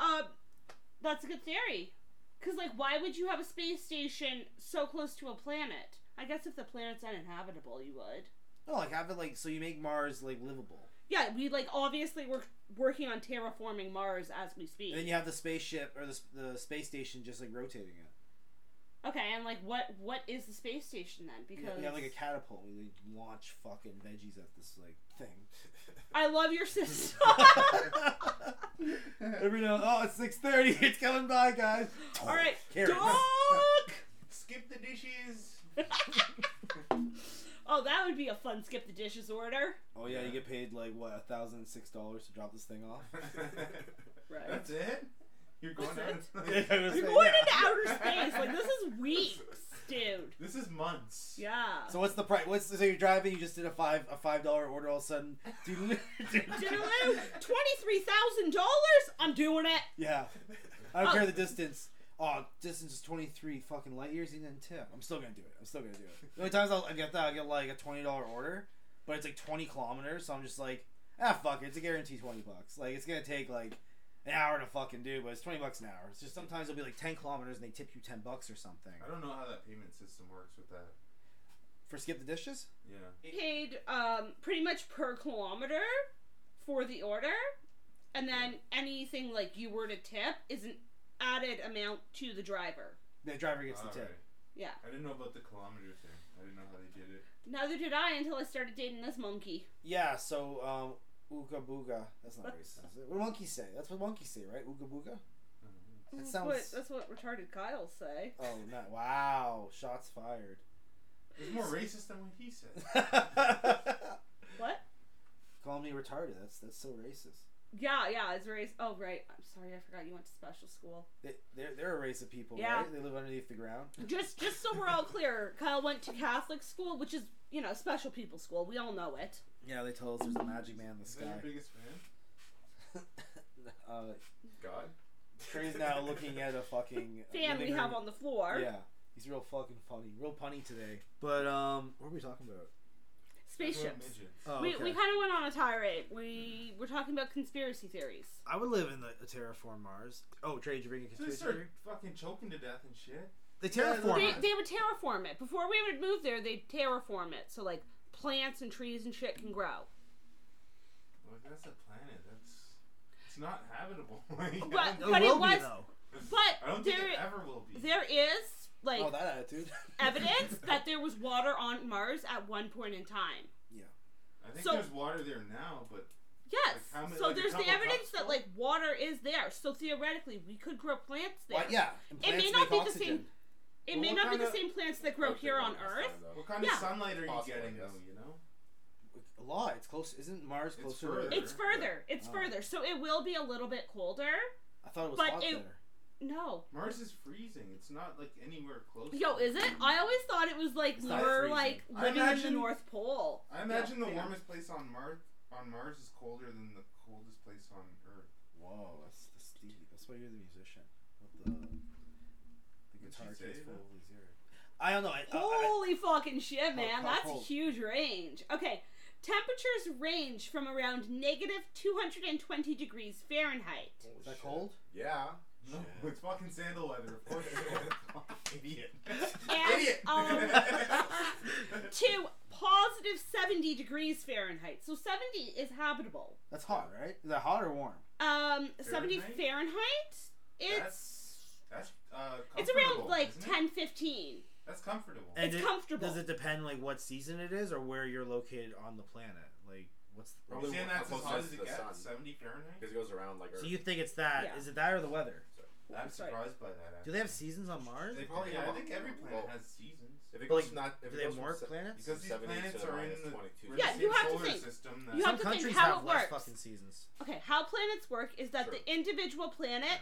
S2: uh, that's a good theory. Because, like, why would you have a space station so close to a planet? I guess if the planet's uninhabitable, you would.
S9: No, like have it like so you make Mars like livable,
S2: Yeah, we like obviously we're working on terraforming Mars as we speak.
S9: and then you have the spaceship or the, s- the space station just like rotating it.
S2: Okay, and like what what is the space station then? Because
S1: We have like a catapult. We like, launch fucking veggies at this like
S2: I love your system.
S1: thing. Every now, oh, it's six thirty. It's coming by, guys.
S2: All right,
S1: Carrots.
S2: dog.
S3: Skip the dishes.
S2: Oh, that would be a fun skip the dishes order.
S1: Oh yeah, you get paid like what a thousand six dollars to drop this thing off.
S2: Right.
S3: That's it? You're going
S2: That's
S3: out.
S1: Yeah, I was
S2: You're
S1: saying,
S2: going
S1: yeah.
S2: into outer space. Like this is weeks, dude.
S3: This is months.
S2: Yeah.
S1: So what's the price? What's so you're driving? You just did a five a five dollar order all of a sudden. Doodle-
S2: Diddaloo, twenty-three thousand dollars. I'm doing it.
S1: yeah, I don't
S2: Oh.
S1: care the distance. Oh, distance is twenty three fucking light years. Even tip. I'm still gonna do it. I'm still gonna do it. The only times I'll, I get that, I get like a twenty dollar order, but it's like twenty kilometers. So I'm just like, ah, fuck it. It's a guarantee twenty bucks. Like it's gonna take like an hour to fucking do, but it's twenty bucks an hour. It's just sometimes it'll be like ten kilometers and they tip you ten bucks or something
S3: I don't know how that payment system works with that.
S1: for skip the dishes.
S3: Yeah.
S2: Paid um, pretty much per kilometer for the order, and then anything like you were to tip is an added amount to the driver.
S1: The driver gets the
S3: All
S1: tip.
S3: right.
S2: Yeah.
S3: I didn't know about the kilometer thing. I didn't know how they did it.
S2: Neither did I until I started dating this monkey.
S1: Yeah, so um, ooga booga. That's not racist. is it? What do monkeys say? That's what monkeys say, right? Ooga booga. That
S2: That's
S1: sounds.
S2: what, that's what retarded Kyle say.
S1: Oh no! Wow, shots fired.
S3: It's more racist than what he said.
S2: What?
S1: Call me retarded. That's that's so racist.
S2: Yeah, yeah, it's race. Oh, right. I'm sorry, I forgot you went to special school.
S1: They, they're they're a race of people,
S2: Yeah.
S1: right? They live underneath the ground.
S2: Just, just so we're all clear, Kyle went to Catholic school, which is you know special people school. We all know it.
S1: Yeah, they tell us there's a magic man in the
S3: Is that your
S1: sky.
S3: biggest fan?
S1: uh,
S10: God.
S1: Trey's now looking at a fucking uh,
S2: Fan we
S1: living
S2: have
S1: room.
S2: on the floor.
S1: Yeah, he's real fucking funny, real punny today. But um, what are we talking about?
S2: Spaceships.
S3: Midgets.
S1: Oh,
S2: We, we kind of went on a tirade. We were talking about conspiracy theories.
S1: I would live in the, the terraform Mars. Oh, Trey, did you bring a
S3: So they
S1: conspiracy theory?
S3: start fucking choking to death and shit.
S1: They
S3: Yeah,
S1: terraform.
S2: They,
S1: it.
S2: they would terraform it. Before we would move there, they'd terraform it. So, like, plants and trees and shit can grow.
S3: Like that's a planet. That's it's not habitable. Like,
S2: But-
S3: I
S1: It
S3: don't-
S2: but
S1: will
S2: it was-
S1: be though.
S2: But
S3: I don't think
S2: there,
S3: it ever will be.
S2: there is, like,
S1: Oh, that attitude.
S2: evidence that there was water on Mars at one point in time.
S3: I think
S2: so-
S3: there's water there now, but
S2: Yes.
S3: Like, how many-
S2: so
S3: like, a
S2: there's the
S3: couple
S2: evidence
S3: cups
S2: that
S3: full?
S2: like water is there. So theoretically, we could grow plants there.
S1: Why, yeah. and
S2: It may
S1: plants
S2: not
S1: make
S2: be the same. It
S3: Well,
S2: may
S3: what
S2: not be the
S3: kinda-
S2: same plants that grow
S10: Okay,
S2: here
S10: one
S2: on
S10: last
S2: Earth.
S10: time, though.
S3: what kind
S2: Yeah.
S3: of sunlight are you
S10: Possible, I
S3: getting
S10: guess.
S3: though? You know,
S1: A lot. It's close. Isn't Mars
S3: It's
S1: closer?
S3: further.
S1: to
S2: It's
S1: Earth?
S2: further. It's
S1: Oh.
S2: further. So it will be a little bit colder.
S1: I thought it was
S2: but
S1: hot
S2: it-
S1: there.
S2: No.
S3: Mars is freezing. It's not like anywhere close.
S2: Yo, is it? I always thought it was like
S1: It's
S2: we
S1: not
S2: were
S1: freezing.
S2: like
S3: I
S2: living in
S3: imagine-
S2: the North Pole.
S3: I imagine
S2: Yeah,
S3: the
S2: yeah.
S3: warmest place on Mars on Mars is colder than the coldest place on Earth.
S1: Whoa, that's, that's deep. That's why you're the musician. With the the
S3: What'd she
S1: guitar
S3: say
S1: case full
S3: then?
S1: of zero. I don't know. I, I,
S2: Holy fucking shit, man.
S1: how
S2: That's
S1: cold?
S2: a huge range. Okay. Temperatures range from around negative 220 degrees Fahrenheit.
S1: is that cold?
S10: Yeah.
S3: No, it's fucking sandal weather. Of course, it's idiot.
S2: And,
S3: idiot.
S2: um, to positive 70 degrees Fahrenheit. So 70 is habitable.
S1: That's hot, right? Is that hot or warm?
S2: Um, 70
S3: Fahrenheit?
S2: Fahrenheit? It's
S3: that's that's uh.
S2: it's around
S3: comfortable,
S2: like
S3: isn't it?
S2: 10, 15.
S3: That's comfortable.
S1: And
S2: It's
S1: it-
S2: comfortable.
S1: Does it depend like what season it is or where you're located on the planet? Like what's the,
S3: Are we
S10: Probably
S3: saying
S10: how
S3: that's as
S10: close
S3: hot
S10: it is
S3: as
S10: to
S3: it
S10: the
S3: gets?
S10: sun.
S3: Seventy Fahrenheit.
S10: Because it goes around like Earth.
S1: so you think it's that? Is
S2: Yeah.
S1: it that or the weather?
S3: I'm
S2: Sorry.
S3: surprised by that.
S1: Do they have seasons on Mars?
S3: They probably.
S10: Yeah,
S3: I
S10: well-
S3: think every planet
S10: well-
S3: has seasons.
S10: if it
S1: But,
S10: goes
S1: like,
S10: not, if
S1: Do
S10: it
S1: they
S10: goes
S1: have
S10: from
S1: more
S10: se-
S1: planets?
S3: Because these
S10: 70
S3: planets
S10: to the
S3: are in
S10: minus
S3: the
S10: 22.
S3: we're in
S2: Yeah,
S3: the
S2: you
S3: same
S2: have to
S3: solar
S2: think.
S3: system.
S2: You
S3: that-
S2: have
S1: Some
S2: to think
S1: countries
S2: how
S1: have
S2: it
S1: less
S2: works.
S1: fucking seasons.
S2: Okay, how planets work is that
S10: Sure.
S2: the individual planet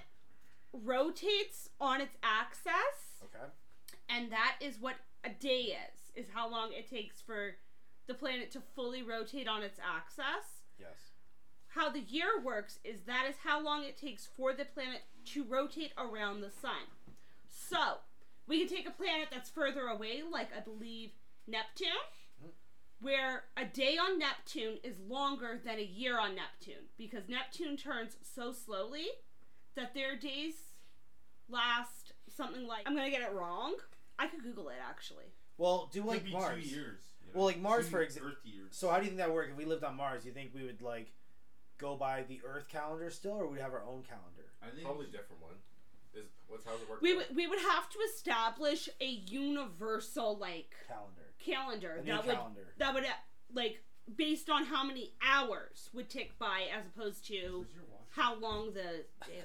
S2: rotates on its axis,
S1: Okay.
S2: and that is what a day is, is how long it takes for the planet to fully rotate on its axis.
S1: Yes.
S2: How the year works is that is how long it takes for the planet to rotate around the sun. So, we can take a planet that's further away, like I believe Neptune, where a day on Neptune is longer than a year on Neptune because Neptune turns so slowly that their days last something like I'm going to get it wrong. I could Google it actually.
S1: Well, do
S3: Could
S1: like
S3: be
S1: Mars.
S3: Two years. you
S1: Well, like Mars,
S3: Two
S1: for exa-
S3: Earth years.
S1: So how do you think that would work? If we lived on Mars, you think we would like go by the Earth calendar still, or we'd have our own calendar?
S3: I think
S10: Probably a different one. Is what's how's it work?
S2: We
S10: now?
S2: would we would have to establish a universal like
S1: calendar.
S2: calendar
S1: A new
S2: that would
S1: calendar.
S2: that would uh, like based on how many hours would tick by as opposed to
S3: Is your watch?
S2: how long the day is.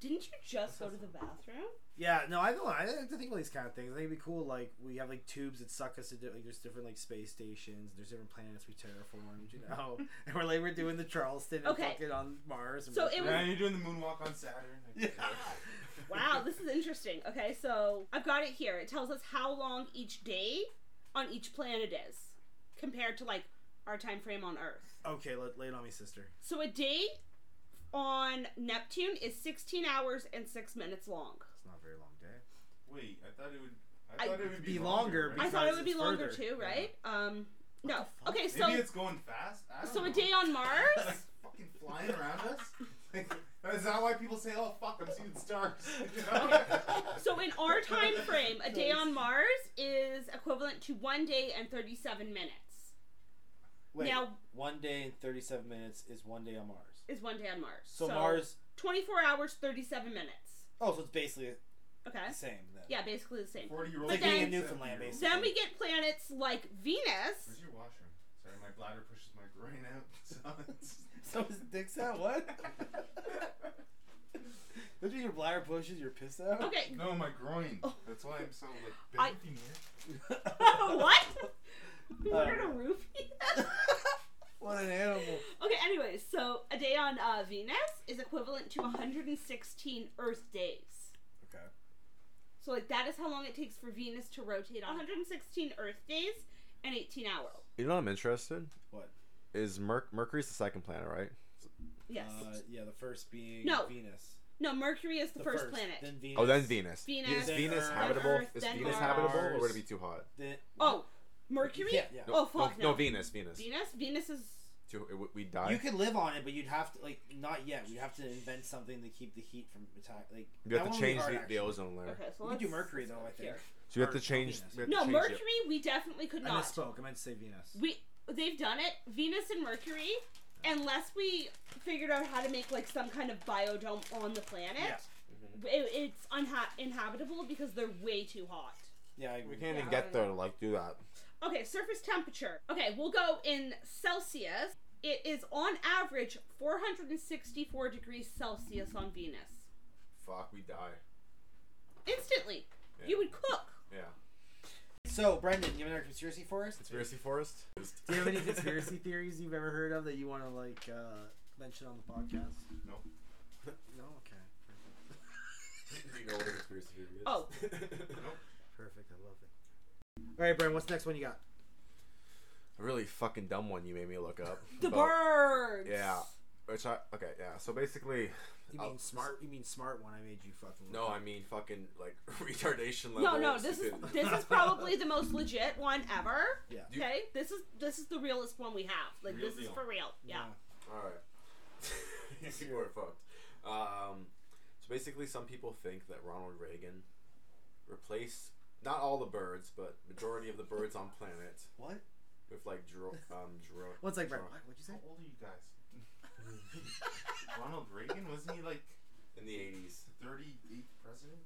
S2: Didn't you just go to the bathroom?
S1: Yeah, no, I don't. know. I like to think about these kind of things. I think it'd be cool. Like we have like tubes that suck us into like there's different like space stations. There's different planets we terraformed, you know. and we're like we're doing the Charleston and
S2: Okay.
S1: fucking on Mars. And
S2: So
S1: we're-
S2: it was
S3: Yeah, you're doing the moonwalk on Saturn.
S1: yeah.
S2: Wow, this is interesting. Okay, so I've got it here. It tells us how long each day on each planet is compared to like our time frame on Earth.
S1: Okay, let, lay it on me, sister.
S2: So a day on Neptune is 16 hours and 6 minutes long.
S1: It's not a very long day.
S3: Wait, I thought it would.
S2: I-
S3: I thought it would
S1: Be
S3: be
S1: longer,
S3: longer. right?
S2: I thought it would be
S1: it's
S2: longer
S1: further.
S2: too, right? Um no. Okay, so
S3: Maybe it's going fast. I don't
S2: so a
S3: know.
S2: day on
S3: like
S2: Mars?
S3: fucking flying around us. Like, that's not why people say, "Oh fuck, I'm seeing stars." You know?
S2: So in our time frame, a day on Mars is equivalent to 1 day and 37 minutes.
S1: Wait,
S2: Now-
S1: one day and thirty-seven minutes is one day on Mars.
S2: Is 1 day on Mars.
S1: So, Mars.
S2: 24 hours 37 minutes.
S1: Oh, so it's basically
S2: Okay.
S1: the same. Then.
S2: Yeah, basically the same.
S3: Forty year old.
S2: But
S1: Like being
S2: then-
S1: in Newfoundland, basically.
S2: Then we get planets like
S3: Where's
S2: Venus.
S3: your washroom? Sorry, my bladder pushes my groin out. So it's-
S1: So his dick's out. What? That's when your bladder pushes your piss out.
S2: Okay.
S3: no, my groin.
S2: Oh.
S3: That's why I'm so like.
S2: I-
S3: bent.
S2: what? We
S1: Uh,
S2: ordered a roofie?
S1: what an animal.
S2: okay, anyways, so a day on uh, Venus is equivalent to 116 Earth days.
S1: Okay.
S2: So, like, that is how long it takes for Venus to rotate on 116 Earth days and 18 hours.
S5: You know what I'm interested?
S1: What?
S5: Is Merc Mercury's the second planet, right?
S2: Yes.
S1: Uh, yeah, the first being
S2: No.
S1: Venus.
S2: no, Mercury is the, first, planet.
S1: Then Venus.
S5: Oh, then Venus.
S2: Venus,
S5: Is
S1: Then
S5: Venus
S1: Earth,
S5: habitable?
S2: Earth,
S5: is
S2: then
S5: Venus
S2: Mars.
S5: habitable, or would it be too hot?
S1: Then,
S2: oh, Mercury?
S1: Yeah, yeah.
S5: No,
S2: oh, fuck
S5: no,
S2: no.
S5: Venus, Venus.
S2: Venus? Venus is.
S5: Too, it, would- we'd die.
S1: You could live on it, but you'd have to like not yet. We'd have to invent something to keep the heat from attack. Like
S5: You
S1: that
S5: have
S1: one
S5: to
S1: would be
S5: change
S1: hard,
S5: the,
S1: actually.
S5: the ozone layer.
S2: Okay, so
S1: You
S2: let's.
S1: could do Mercury though, I
S2: let's go
S1: think.
S2: here.
S5: So you have
S1: Or
S5: to change.
S1: Venus.
S5: we have to
S2: No,
S5: change
S2: Mercury,
S5: It.
S2: we definitely could
S1: I
S2: not.
S1: misspoke. I meant to say Venus.
S2: We they've done it. Venus and Mercury, unless we figured out how to make like some kind of biodome on the planet,
S1: Yeah.
S2: it, it's unha- inhabitable because they're way too hot.
S1: Yeah, I agree.
S5: We can't
S2: Yeah,
S5: even
S2: I
S5: get there to like do that.
S2: Okay, surface temperature. Okay, we'll go in Celsius. It is on average 464 degrees Celsius on Venus.
S5: Fuck, we die.
S2: Instantly, you would cook.
S5: Yeah.
S1: So, Brendan, you have another conspiracy for us?
S5: Conspiracy forest. Do
S1: Do you have any conspiracy theories you've ever heard of that you want to like uh, mention on the podcast?
S3: No.
S1: no. Okay.
S5: you know what a conspiracy theory is?
S2: Oh,
S1: Perfect. I love it. All right, Brendan. What's the next one you got?
S5: A really fucking dumb one you made me look up.
S2: the
S5: about-
S2: birds.
S5: Yeah. Which I okay yeah. So basically,
S1: You
S5: I'll-
S1: mean smart? You mean smart one? I made you fucking. look
S5: Oh, no,
S1: up.
S5: I mean fucking like retardation
S2: No,
S5: level.
S2: no, this is
S5: stupid-
S2: this is probably the most legit one ever.
S1: Yeah.
S5: You-
S2: Okay, this is this is the realest one we have. Like
S3: Real
S2: this is
S3: deal.
S2: for real. Yeah.
S5: All right. people are fucked. Um, so basically, some people think that Ronald Reagan replaced not all the birds, but majority of the birds on planet
S1: What?
S5: with like dro- um dro-
S1: One sec, Brendan.
S5: dro-
S1: What, what'd you say?
S3: How old are you guys? Ronald Reagan wasn't he like
S5: in the eighties.
S3: thirty eighth president?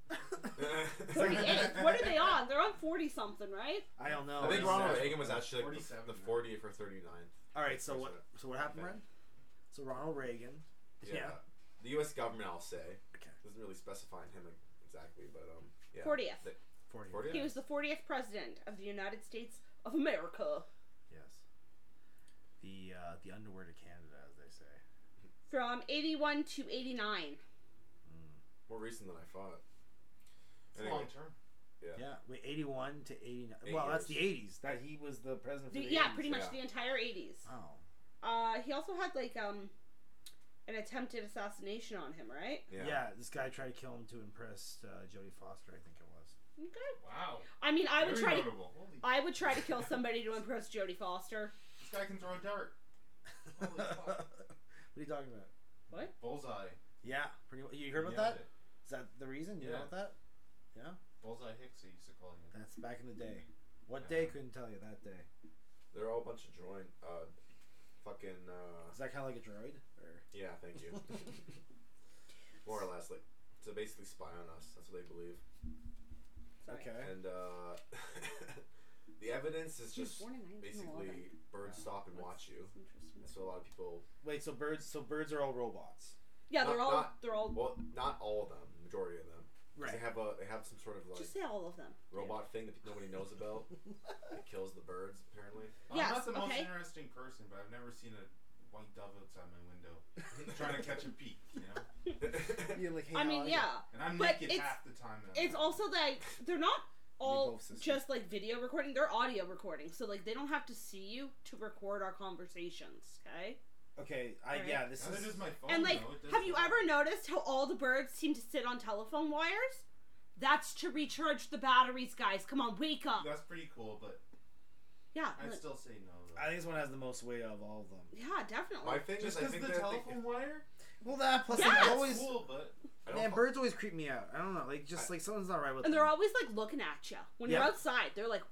S2: Forty-eight. what are they on? They're on forty something, right?
S1: I don't know.
S5: I think
S3: Forty-seven.
S5: Ronald Reagan was actually like the-
S3: 47,
S5: the
S3: right?
S5: fortieth or 39th.
S1: All right. So
S5: Yes,
S1: what?
S5: sir.
S1: So what happened,
S5: Okay.
S1: Brendan? So Ronald Reagan.
S5: Yeah.
S1: Yeah.
S5: The U.S. government, I'll say,
S1: Okay.
S5: doesn't really specify him e-, exactly, but um, yeah.
S2: 40th.
S5: The-
S1: Forty.
S5: 40th.
S2: He was the fortieth president of the United States of America.
S1: Yes. The uh, the underwear to Canada, as they say.
S2: From eighty-one to eighty-nine.
S5: more recent than I thought.
S3: It's
S5: Anyway,
S3: long term.
S5: Yeah.
S1: Yeah, wait, 81 to 89.
S5: Eight
S1: well, that's the
S5: years.
S1: 80s. That he was the president
S2: The- yeah, pretty much
S5: yeah.
S2: the entire eighties.
S1: Oh.
S2: Uh, he also had like um, an attempted assassination on him, right?
S1: Yeah.
S5: yeah,
S1: this guy tried to kill him to impress uh, Jodie Foster, I think it was.
S2: Okay.
S3: Wow.
S2: I mean, I would
S3: Very
S2: try to.
S3: notable. Holy,
S2: I would try to kill somebody to impress Jodie Foster.
S3: this guy can throw a dart. Holy fuck.
S1: what are you talking about?
S3: Bullseye.
S1: Yeah, pretty mu- You heard about
S3: Nailed
S1: that?
S3: it.
S1: Is that the reason? You know
S3: Yeah.
S1: about that?
S3: Bullseye Hicks. They used to call him.
S1: That's back in the day. What
S3: Yeah.
S1: day? Couldn't tell you that day.
S5: they're all a bunch of joint, uh, fucking, uh,
S1: Is that kind of like a droid? Or...
S5: yeah, thank you. more or less, like to basically spy on us. That's what they believe.
S2: Sorry.
S1: Okay.
S5: And uh, the evidence is
S2: She was
S5: just
S2: born in 1911.
S5: basically birds stop and watch you.
S2: That's interesting.
S5: And so a lot of people,
S1: Wait, so birds so birds are all robots.
S2: Yeah, they're
S5: Not-
S2: all
S5: not-
S2: they're all.
S5: well, not all of them, majority of them. 'Cause They have a they have some sort of like
S2: just say all of them.
S5: robot thing that nobody knows about. that kills the birds apparently.
S2: Yes,
S3: I'm not the most
S2: okay.
S3: interesting person, but I've never seen a white dove outside my window trying to catch a peek, you know?
S1: Yeah, like
S2: I mean, yeah,
S3: And I'm
S2: But
S3: naked
S2: it's-
S3: half the time. that I'm
S2: it's
S3: out.
S2: also like they're not
S1: both,
S2: all
S1: sister.
S2: just like video recording; they're audio recording. So like they don't have to see you to record our conversations. Okay.
S1: Okay, I
S2: Alright.
S1: yeah, this
S3: Neither
S1: is
S3: does my phone.
S2: and like,
S3: though. Oh, It does
S2: have you
S3: that.
S2: ever noticed how all the birds seem to sit on telephone wires? That's to recharge the batteries, guys. Come on, wake up.
S3: That's pretty cool, but
S2: Yeah.
S3: I'd
S2: like-
S3: still say no. Though.
S1: I think this one has the most weight of all of them.
S2: yeah, definitely.
S5: My thing
S3: Just
S5: is I
S3: because
S5: think
S3: the
S5: that
S3: telephone
S5: they,
S3: wire?
S1: Well, that plus
S2: Yes!
S1: like,
S2: That's
S1: always
S3: cool, but
S5: I don't
S1: man,
S5: fu-
S1: birds always creep me out. I don't know, like just like something's not right with
S2: and
S1: them.
S2: they're always like looking at you when you're
S1: Yeah.
S2: outside. They're like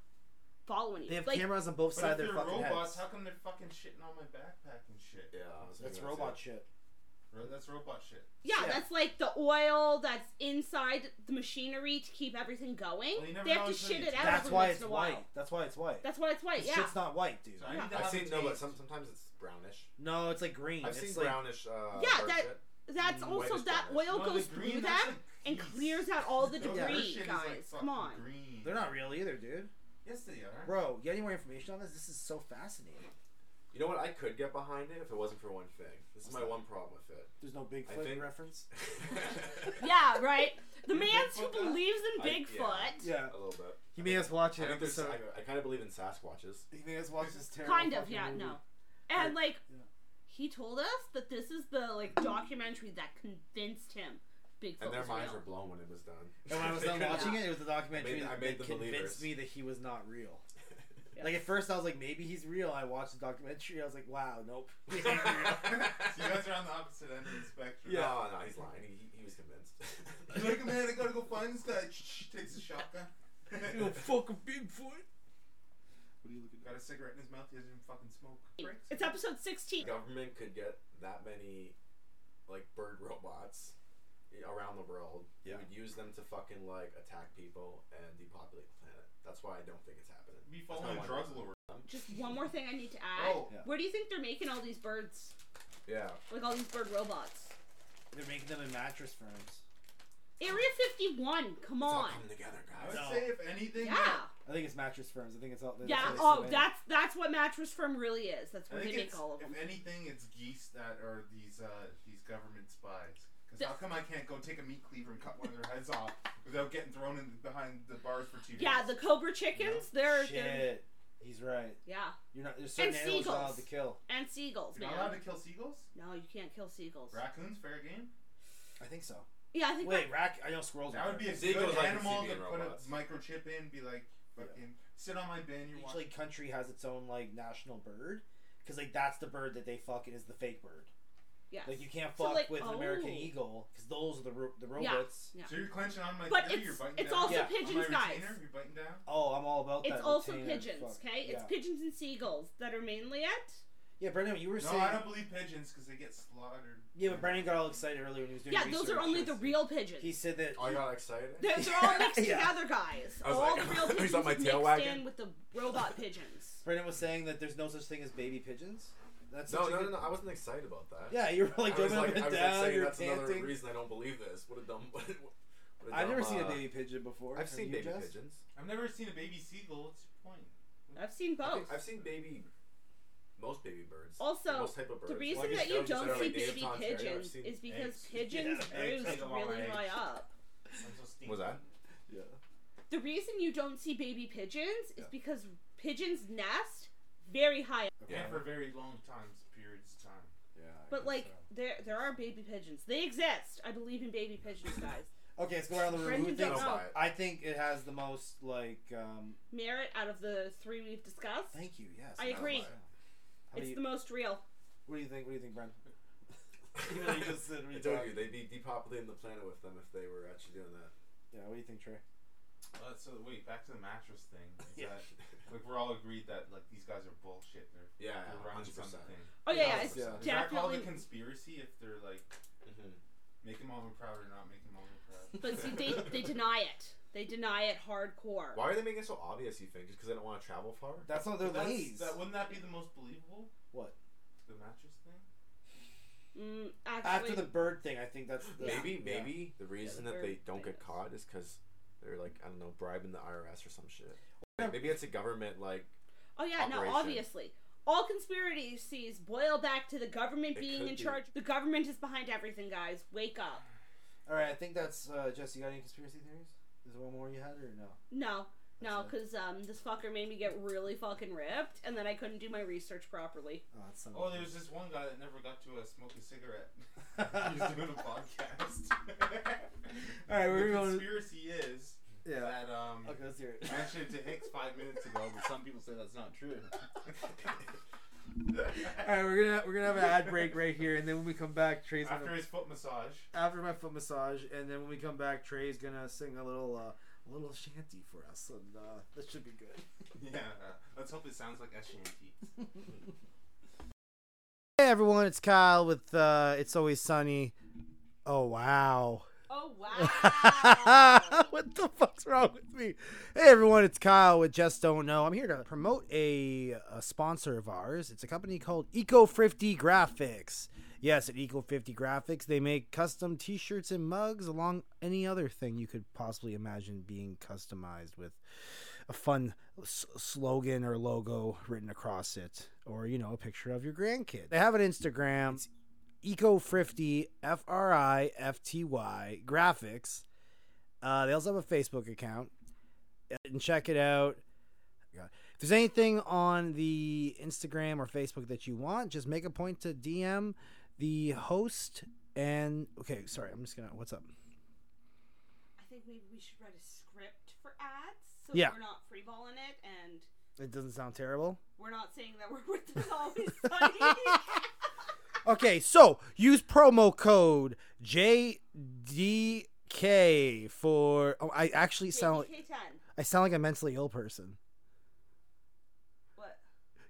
S2: following you.
S1: They have
S2: like,
S1: cameras on both
S3: but
S1: sides
S3: if
S1: of
S3: they're
S1: their fucking
S3: robots,
S1: heads.
S3: how come they're fucking shitting on my backpack and shit?
S5: Yeah, I was
S1: That's
S5: thinking that
S1: robot
S5: too.
S1: shit.
S3: Ro- That's robot shit.
S2: Yeah,
S1: Yeah.
S2: that's like the oil that's inside the machinery to keep everything going.
S3: Well, you never
S2: they have to
S3: know until
S2: shit
S3: you
S2: it
S3: try.
S2: out
S1: That's
S2: every
S1: why
S2: once
S1: it's
S2: in a while.
S1: white. That's why it's white.
S2: That's why it's white.
S1: This
S2: yeah,
S1: shit's not white, dude.
S3: So I need to
S5: I've
S3: have a
S5: seen no, but
S3: taste.
S5: some, sometimes it's brownish.
S1: No, it's like green.
S5: I've
S1: it's
S5: seen
S1: like,
S5: brownish. Uh,
S2: Yeah,
S5: bird
S2: that-
S5: shit.
S2: that's
S5: Mm, white
S2: also
S5: is
S2: that
S5: dark.
S2: oil
S3: No, the
S2: goes
S3: green,
S2: through
S3: that's
S2: that
S3: like
S2: and
S3: yeast.
S2: clears out all the
S3: No,
S1: Yeah.
S3: their
S2: debris,
S3: shit is,
S2: guys.
S3: like,
S2: Come
S3: fucking
S2: on.
S3: Green.
S1: They're not real either, dude.
S3: Yes, they are.
S1: Bro, you got any more information on this? This is so fascinating.
S5: You know what? I could get behind it if it wasn't for one thing. This is my one problem with it.
S1: There's no Bigfoot
S5: think-
S1: reference.
S2: Yeah, right. The man who
S3: Bigfoot guy?
S2: believes in
S5: I- yeah.
S2: Bigfoot.
S1: Yeah,
S5: A little bit.
S1: he made us watch
S5: I,
S1: an
S5: think there's,
S1: episode.
S5: I, I kind of believe in Sasquatches.
S1: He made us watch this terrible.
S2: Kind of,
S1: fucking
S2: yeah,
S1: movie.
S2: no. And like
S1: Yeah.
S2: he told us that this is the like documentary that convinced him Bigfoot
S5: And their
S2: was
S5: minds
S2: real.
S5: were blown when it was done.
S1: Oh, And when I was done
S2: Yeah.
S1: watching it, it was the documentary
S5: I
S1: that,
S5: made
S1: that
S5: the
S1: convinced
S5: believers.
S1: me that he was not real.
S2: Yeah.
S1: Like at first, I was like, maybe he's real. I watched the documentary. I was like, wow, nope. He ain't real.
S3: So you guys are on the opposite end of the spectrum.
S5: Yeah, no, no, he's lying. He, he was convinced.
S3: You're like, man, I gotta go find this guy. Shh, takes a shotgun.
S1: You fucking Bigfoot.
S3: Got a cigarette in his mouth. He doesn't even fucking smoke. Breaks.
S2: It's episode sixteen.
S5: government could get that many, like bird robots, i- around the world. They
S10: Yeah.
S5: would use them to fucking like attack people and depopulate the planet. That's why I don't think it's happening.
S3: Me
S5: That's
S3: following a
S5: my one
S3: drug
S5: reason.
S3: lord.
S2: Just one more thing I need to add.
S3: Oh,
S1: Yeah.
S2: Where do you think they're making all these birds?
S5: Yeah.
S2: Like all these bird robots?
S1: They're making them in mattress firms.
S2: Area 51, come
S5: It's all
S2: on.
S5: coming together,
S3: I would
S5: guys.
S1: No.
S3: say if anything,
S2: Yeah.
S1: I think it's mattress firms. I think it's all. that's
S2: Yeah.
S1: what they
S2: Oh,
S1: survey.
S2: that's that's what Mattress Firm really is. That's
S3: I
S2: where they
S3: think it's,
S2: make all of them.
S3: if anything, it's geese that are these uh, these government spies. Because
S2: The-
S3: how come I can't go take a meat cleaver and cut one of their heads off without getting thrown in behind the bars for two
S2: Yeah,
S3: days?
S2: the Cobra chickens, they're, they're
S1: Shit. He's right.
S2: yeah.
S1: You're not. There's certain animals you're not allowed
S2: seagulls.
S1: to kill.
S2: And seagulls,
S3: You're
S2: man.
S3: not allowed to kill seagulls.
S2: No, you can't kill seagulls.
S3: Raccoons, fair game.
S1: I think so.
S2: Yeah, I think
S1: Wait, rack. I know squirrels.
S3: That
S1: are
S3: would be a
S5: Seagulls
S3: good
S5: like the
S3: animal to
S5: CBN
S3: put a
S5: robots.
S3: microchip in. Be like, fucking sit on my bin. You're
S1: each
S3: watching.
S1: like country has its own like national bird because like that's the bird that they fucking is the fake bird.
S2: yes.
S1: Like you can't
S2: So,
S1: fuck
S2: like,
S1: with an American
S2: oh.
S1: eagle because those are the ro- the
S2: Yeah.
S1: robots.
S2: Yeah.
S3: So you're clenching on my.
S2: But
S3: theory,
S2: it's-
S3: you're biting
S2: it's
S3: down.
S2: also
S1: Yeah.
S3: on my
S2: pigeons, guys.
S3: retainer, You're biting down.
S1: Oh, I'm all about that.
S2: It's also
S1: retainer,
S2: pigeons,
S1: fuck.
S2: okay?
S1: Yeah.
S2: It's pigeons and seagulls that are mainly it.
S1: yeah, Brendan, you were
S3: No,
S1: saying.
S3: I don't believe pigeons because they get slaughtered.
S1: Yeah, but Brendan got all excited earlier when he was doing.
S2: Yeah, those are
S1: research.
S2: only the real pigeons.
S1: He said that.
S5: I Oh, got excited.
S2: They're, they're all mixed
S1: Yeah.
S2: together, guys.
S5: I was
S2: All
S5: like,
S2: the real
S5: he's on
S2: pigeons
S5: my
S2: is
S5: tail
S2: mixed
S5: wagon.
S2: in with the robot pigeons.
S1: Brendan was saying that there's no such thing as baby pigeons. That's
S5: No,
S1: such a
S5: no,
S1: good-
S5: no, no. I wasn't excited about that.
S1: Yeah, you were like
S5: I was
S1: jumping
S5: like,
S1: up and
S5: I was
S1: down.
S5: like saying
S1: you're
S5: that's another
S1: panting.
S5: reason I don't believe this. What a dumb. What a, what a
S1: I've
S5: dumb,
S1: never seen a
S5: uh,
S1: baby pigeon before.
S5: I've
S1: Have
S5: seen
S1: you,
S5: baby
S1: Jess?
S5: pigeons.
S3: I've never seen a baby seagull. What's your point?
S2: I've seen
S5: I
S2: both.
S5: think I've seen baby. Most baby birds.
S2: Also,
S5: most type of birds.
S2: The reason
S5: Well, I guess
S2: that you
S5: doves
S2: don't
S5: are,
S2: see
S5: like, native
S2: baby
S5: to Ontario. I've
S2: pigeons
S5: seen
S2: is because
S3: eggs.
S2: pigeons
S3: Yeah, eggs
S2: roost
S3: take a long
S2: really
S3: egg.
S2: high up.
S3: I'm so stinky.
S5: Was that?
S1: Yeah.
S2: The reason you don't see baby pigeons is
S5: Yeah.
S2: because pigeons nest very high up.
S3: Yeah, for very long times, periods of time.
S5: Yeah. I
S2: But
S5: guess
S2: like
S5: so.
S2: there there are baby pigeons. They exist. I believe in baby pigeons, guys.
S1: Okay, let's go around the room. Who
S2: Brendan don't
S1: thinks?
S5: I'll
S2: know.
S5: buy it.
S1: I think it has the most like. um
S2: Merit out of the three we've discussed.
S1: Thank you. Yes.
S2: I agree.
S1: How do
S2: It's
S1: you-
S2: the most real.
S1: What do you think? What do you think, Brent?
S5: I told you they'd be depopulating the planet with them if they were actually doing that.
S1: Yeah. What do you think, Trey?
S3: Uh, so wait, back to the mattress thing. Is
S5: Yeah.
S3: that, like we're all agreed that like these guys are bullshit. They're
S5: Yeah,
S3: they're running
S5: 100%.
S3: something.
S2: Oh yeah, yeah.
S1: Yeah,
S2: It's
S1: yeah.
S3: Is that called a
S2: definitely.
S3: conspiracy if they're like
S5: Mhm.
S3: Make him all proud or not make him all proud.
S2: But see, they, they deny it. They deny it hardcore.
S5: Why are they making it so obvious? You think just because they don't want to travel far?
S1: That's not their
S3: That's-
S1: lays.
S3: That, wouldn't that be the most believable?
S1: What?
S3: The mattress thing?
S2: Mm, actually,
S1: After the bird thing, I think that's the,
S5: Maybe,
S1: yeah.
S5: maybe the reason that
S2: they're
S5: they don't get
S2: famous.
S5: caught is because they're like I don't know, bribing the IRS or some shit. Maybe it's a government like
S2: oh yeah, no,
S5: operation.
S2: obviously. All conspiracies boil back to the government
S5: It
S2: being
S5: could
S2: in
S5: be.
S2: charge. The government is behind everything, guys. Wake up.
S1: All right, I think that's uh, Jesse. You got any conspiracy theories? Is there one more you had or no?
S2: No, no,
S1: That's
S2: because um, this fucker made me get really fucking ripped, and then I couldn't do my research properly.
S1: Oh, that's something.
S3: Oh, there was this one guy that never got to uh, smoke a cigarette. He was doing a podcast.
S1: All right, we're
S3: the
S1: going.
S3: conspiracy is
S1: Yeah.
S3: that um,
S1: Okay, let's hear it.
S3: I mentioned it to Hicks five minutes ago, but some people say that's not true.
S1: All right, we're gonna we're gonna have an ad break right here, and then when we come back, Trey's gonna
S3: After his foot massage.
S1: after my foot massage, and then when we come back, Trey's gonna sing a little uh, little shanty for us, and uh, that should be good.
S3: Yeah, let's hope it sounds like Ashanti.
S11: Hey everyone, it's Kyle with uh, It's Always Sunny. Oh wow.
S2: Oh wow!
S11: what the fuck's wrong with me? Hey everyone, it's Kyle with Just Don't Know. I'm here to promote a, a sponsor of ours. It's a company called Eco Fifty Graphics. Yes, at Eco Fifty Graphics, they make custom T-shirts and mugs, along any other thing you could possibly imagine being customized with a fun s- slogan or logo written across it, or you know, a picture of your grandkid. They have an Instagram. It's Eco Frifty F R I F T Y graphics. Uh, they also have a Facebook account. Uh, And check it out. God. If there's anything on the Instagram or Facebook that you want, just make a point to DM the host. And okay, sorry, I'm just gonna. What's up?
S2: I think maybe we should write a script for ads, so
S11: Yeah.
S2: we're not freeballing it, and
S11: It doesn't sound terrible.
S2: we're not saying that we're with the always sunny.
S11: Okay, so use promo code JDK for. Oh, I actually sound. Like,
S2: JDK ten.
S11: I sound like a mentally ill person.
S2: What?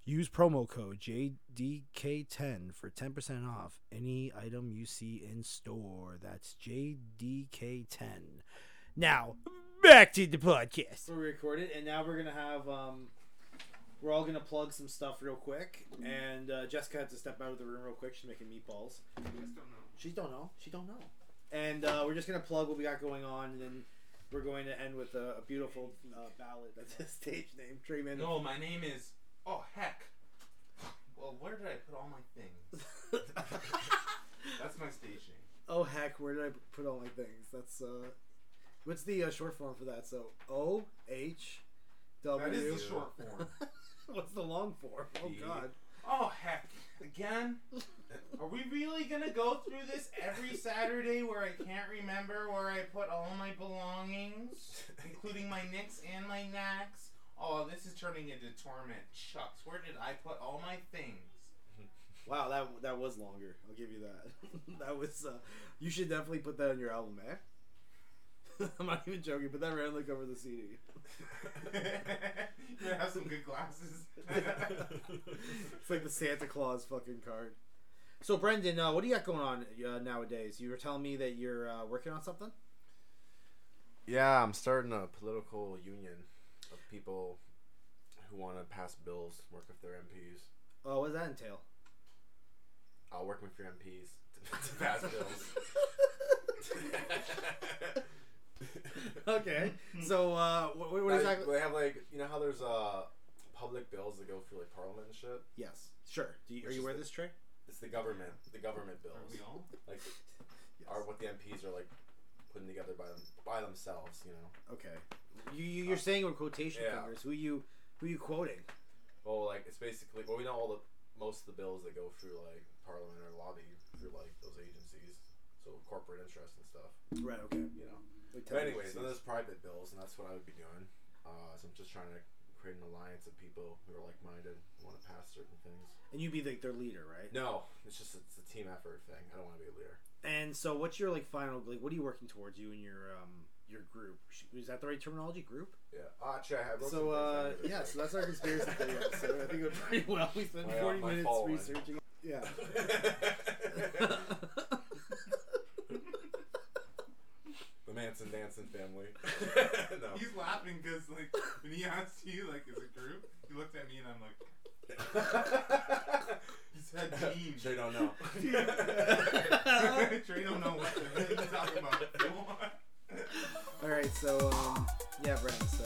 S11: Use promo code JDK10 for 10% off any item you see in store. That's JDK10. Now, back to the podcast.
S1: So we recorded, and now we're gonna have um, we're all gonna plug some stuff real quick, and uh, Jessica had to step out of the room real quick. She's making meatballs. She don't know. She don't know. And uh, we're just gonna plug what we got going on, and then we're going to end with a, a beautiful uh, ballad. That's his stage name, Trey Man.
S3: No, my name is. Oh heck. Well, where did I put all my things? That's my stage name.
S1: oh heck, where did I put all my things? That's uh, what's the uh, short form for that? So O H W.
S3: That is the short form.
S1: What's the long form? Oh
S5: E.
S1: God.
S3: Oh heck! Again? Are we really gonna go through this every Saturday where I can't remember where I put all my belongings, including my nicks and my knacks? Oh, this is turning into torment. Shucks, where did I put all my things?
S1: Wow, that that was longer. I'll give you that. that was. Uh, you should definitely put that on your album, eh? I'm not even joking. Put that randomly cover of the CD.
S3: you have some good glasses.
S1: it's like the Santa Claus fucking card. So Brendan, uh, what do you got going on uh, nowadays? You were telling me that you're uh, working on something.
S5: Yeah, I'm starting a political union of people who want to pass bills, work with their MPs.
S1: Oh, what does that entail?
S5: I'll work with your MPs to, to pass bills.
S1: okay. So uh, what, what
S5: Like,
S1: exactly?
S5: They have like you know how there's uh public bills that go through like parliament and shit.
S1: yes. Sure. Do you, are
S5: Which
S1: you
S5: is
S1: aware of
S5: the-
S1: this, Trey?
S5: It's the government, the government bills.
S3: Are we all?
S5: like
S1: Yes.
S5: are what the MPs are like putting together by them by themselves, you know.
S1: Okay. You, you you're saying with quotation
S5: Yeah.
S1: fingers. Who you who you quoting?
S5: Well, like it's basically well we know all the most of the bills that go through like parliament or lobby through like those agencies, so corporate interest and stuff,
S1: Right. Okay.
S5: you know.
S1: Like
S5: But
S1: television
S5: anyways, then
S1: series.
S5: there's private bills, and that's what I would be doing. Uh, so I'm just trying to create an alliance of people who are like-minded, who want to pass certain things.
S1: and you'd be like their leader, right?
S5: No, it's just it's a team effort thing. I don't want to be a leader.
S1: And so, what's your like final like? What are you working towards? You and your um your group Sh- is that the right terminology? Group.
S5: Yeah. Ah, actually, I have. wrote
S1: So uh,
S5: some things
S1: yeah,
S5: down here.
S1: so that's our conspiracy theory episode. I think we're pretty well. We spent
S5: My, uh,
S1: forty
S5: my
S1: minutes
S5: following.
S1: researching. Yeah.
S5: Manson dancing family. no.
S3: He's laughing because, like, when he asked you, like, is it group? He looked at me and I'm like, he said Gene.
S5: They don't know.
S3: Trey don't know what the heck he's talking about.
S1: All right, so um, yeah, Brent. So,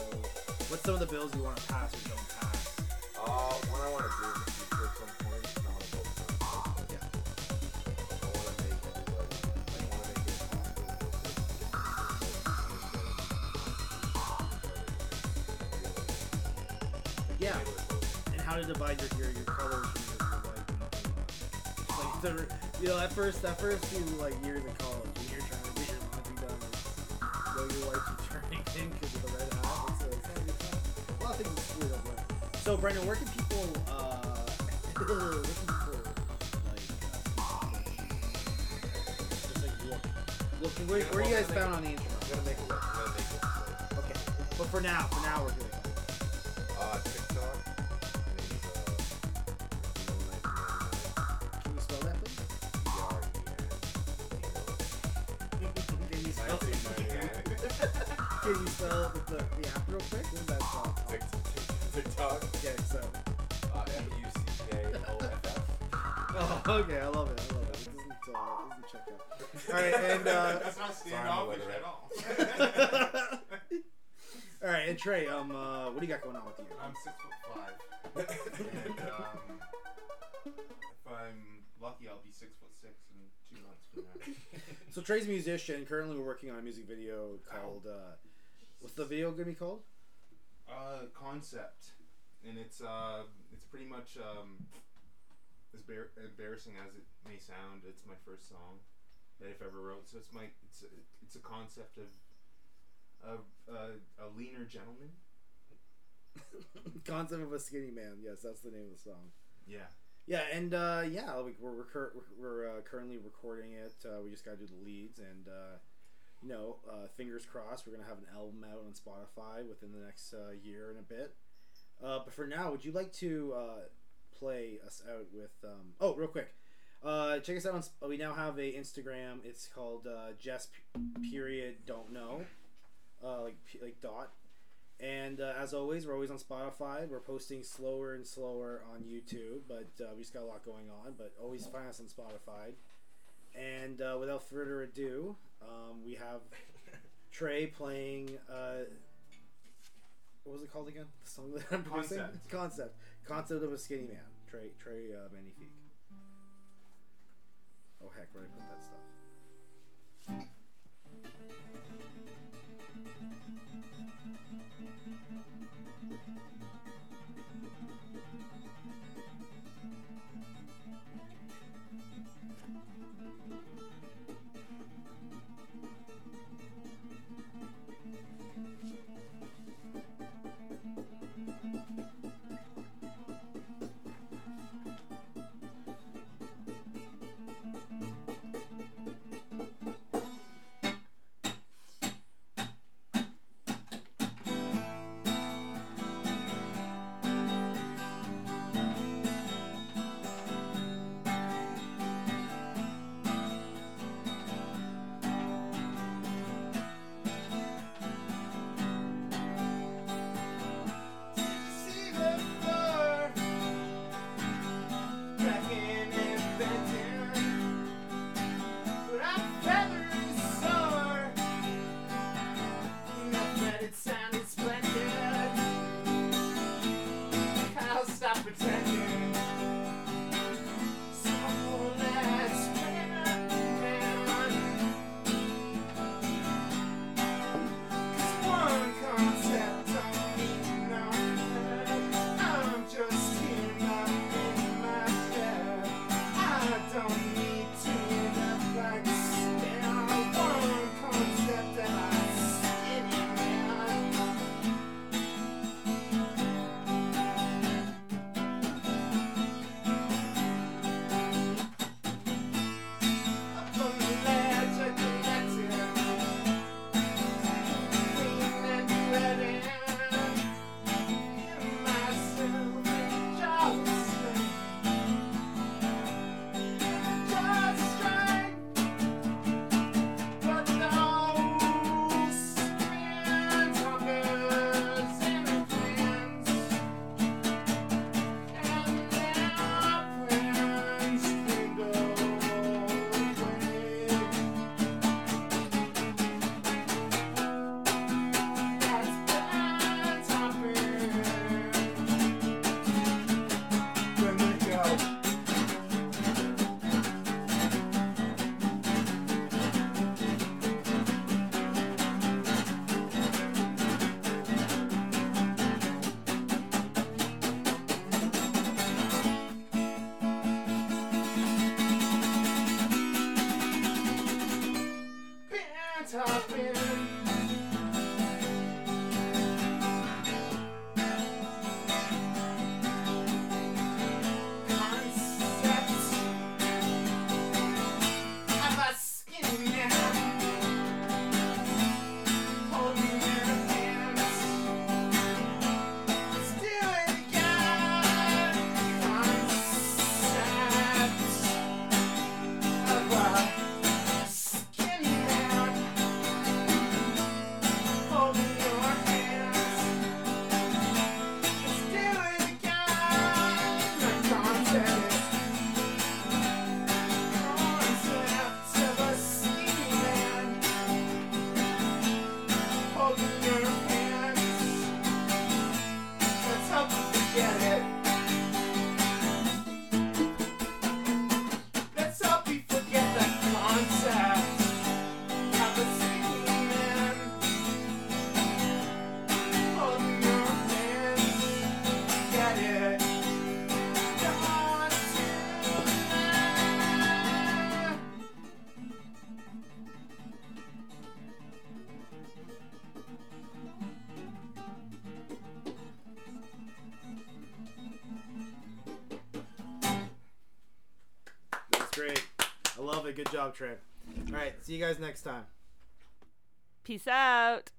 S1: what's some of the bills you want to pass or don't pass?
S5: Uh, what I want to do in the future at some point is I want to focus on the
S1: Yeah.
S5: I want to make it like, I want to make it possible
S1: Yeah. And how to divide your your, your colors from your, your white and all that. Like the you know at first that first few like years in college when you're trying to get your laundry done, like, know your whites are turning in because of the red hat. It's, uh, it's not a good time. A lot of things in school don't work. So Brendan, where can people uh, where can people like uh, just like look look where, where you guys found on the internet?
S5: I'm gonna make it work. I'm gonna make it work.
S1: Okay, but for now, for now we're good.
S5: Uh, TikTok. Maybe the
S1: Can you spell that, please? Can you spell? Can you spell the, the, the app real quick? What is that spell?
S5: TikTok.
S1: Okay, so.
S5: Uh, M-U-C-K-O-F-F.
S1: Oh, okay, I love it. I love it. It doesn't, uh, it doesn't check out. All right, and uh,
S3: That's not
S5: Sorry, I'm
S3: standoffish
S5: illiterate.
S3: at all.
S1: all right, and Trey, um, uh, what do you got going on with you?
S3: I'm six foot five. And, um, if I'm lucky, I'll be six foot six in two months from now.
S1: So Trey's a musician. Currently, we're working on a music video called. Uh, what's the video gonna be called?
S3: Uh, concept, and it's uh, it's pretty much um, as bar- embarrassing as it may sound. It's my first song that I've ever wrote, so it's my it's a, it's a concept of of uh, a leaner gentleman.
S1: Concept of a Skinny Man. Yes, that's the name of the song.
S3: Yeah,
S1: Yeah, and uh, yeah, we, we're we're, cur- we're uh, currently recording it. Uh, we just got to do the leads, and uh, you know, uh, fingers crossed, we're gonna have an album out on Spotify within the next uh, year and a bit. Uh, but for now, would you like to uh, play us out with? Um, oh, real quick, uh, check us out on. Sp- We now have a Instagram. It's called uh, Jess p- period don't know, uh, like p- like dot. And uh, as always, we're always on Spotify. We're posting slower and slower on YouTube, but uh, we just got a lot going on. But always find us on Spotify. And uh, without further ado, um, we have Trey playing. Uh, what was it called again? The song that I'm producing.
S3: Concept.
S1: Concept. Concept of a skinny man. Trey. Trey uh, Magnifique. Oh heck, where did I put that stuff?
S10: get it. Let's help you forget that concept of a single man holding your hand. Get it. Come on to life.
S1: That's great. I love it. Good job, Trent. All right. See you guys next time.
S2: Peace out.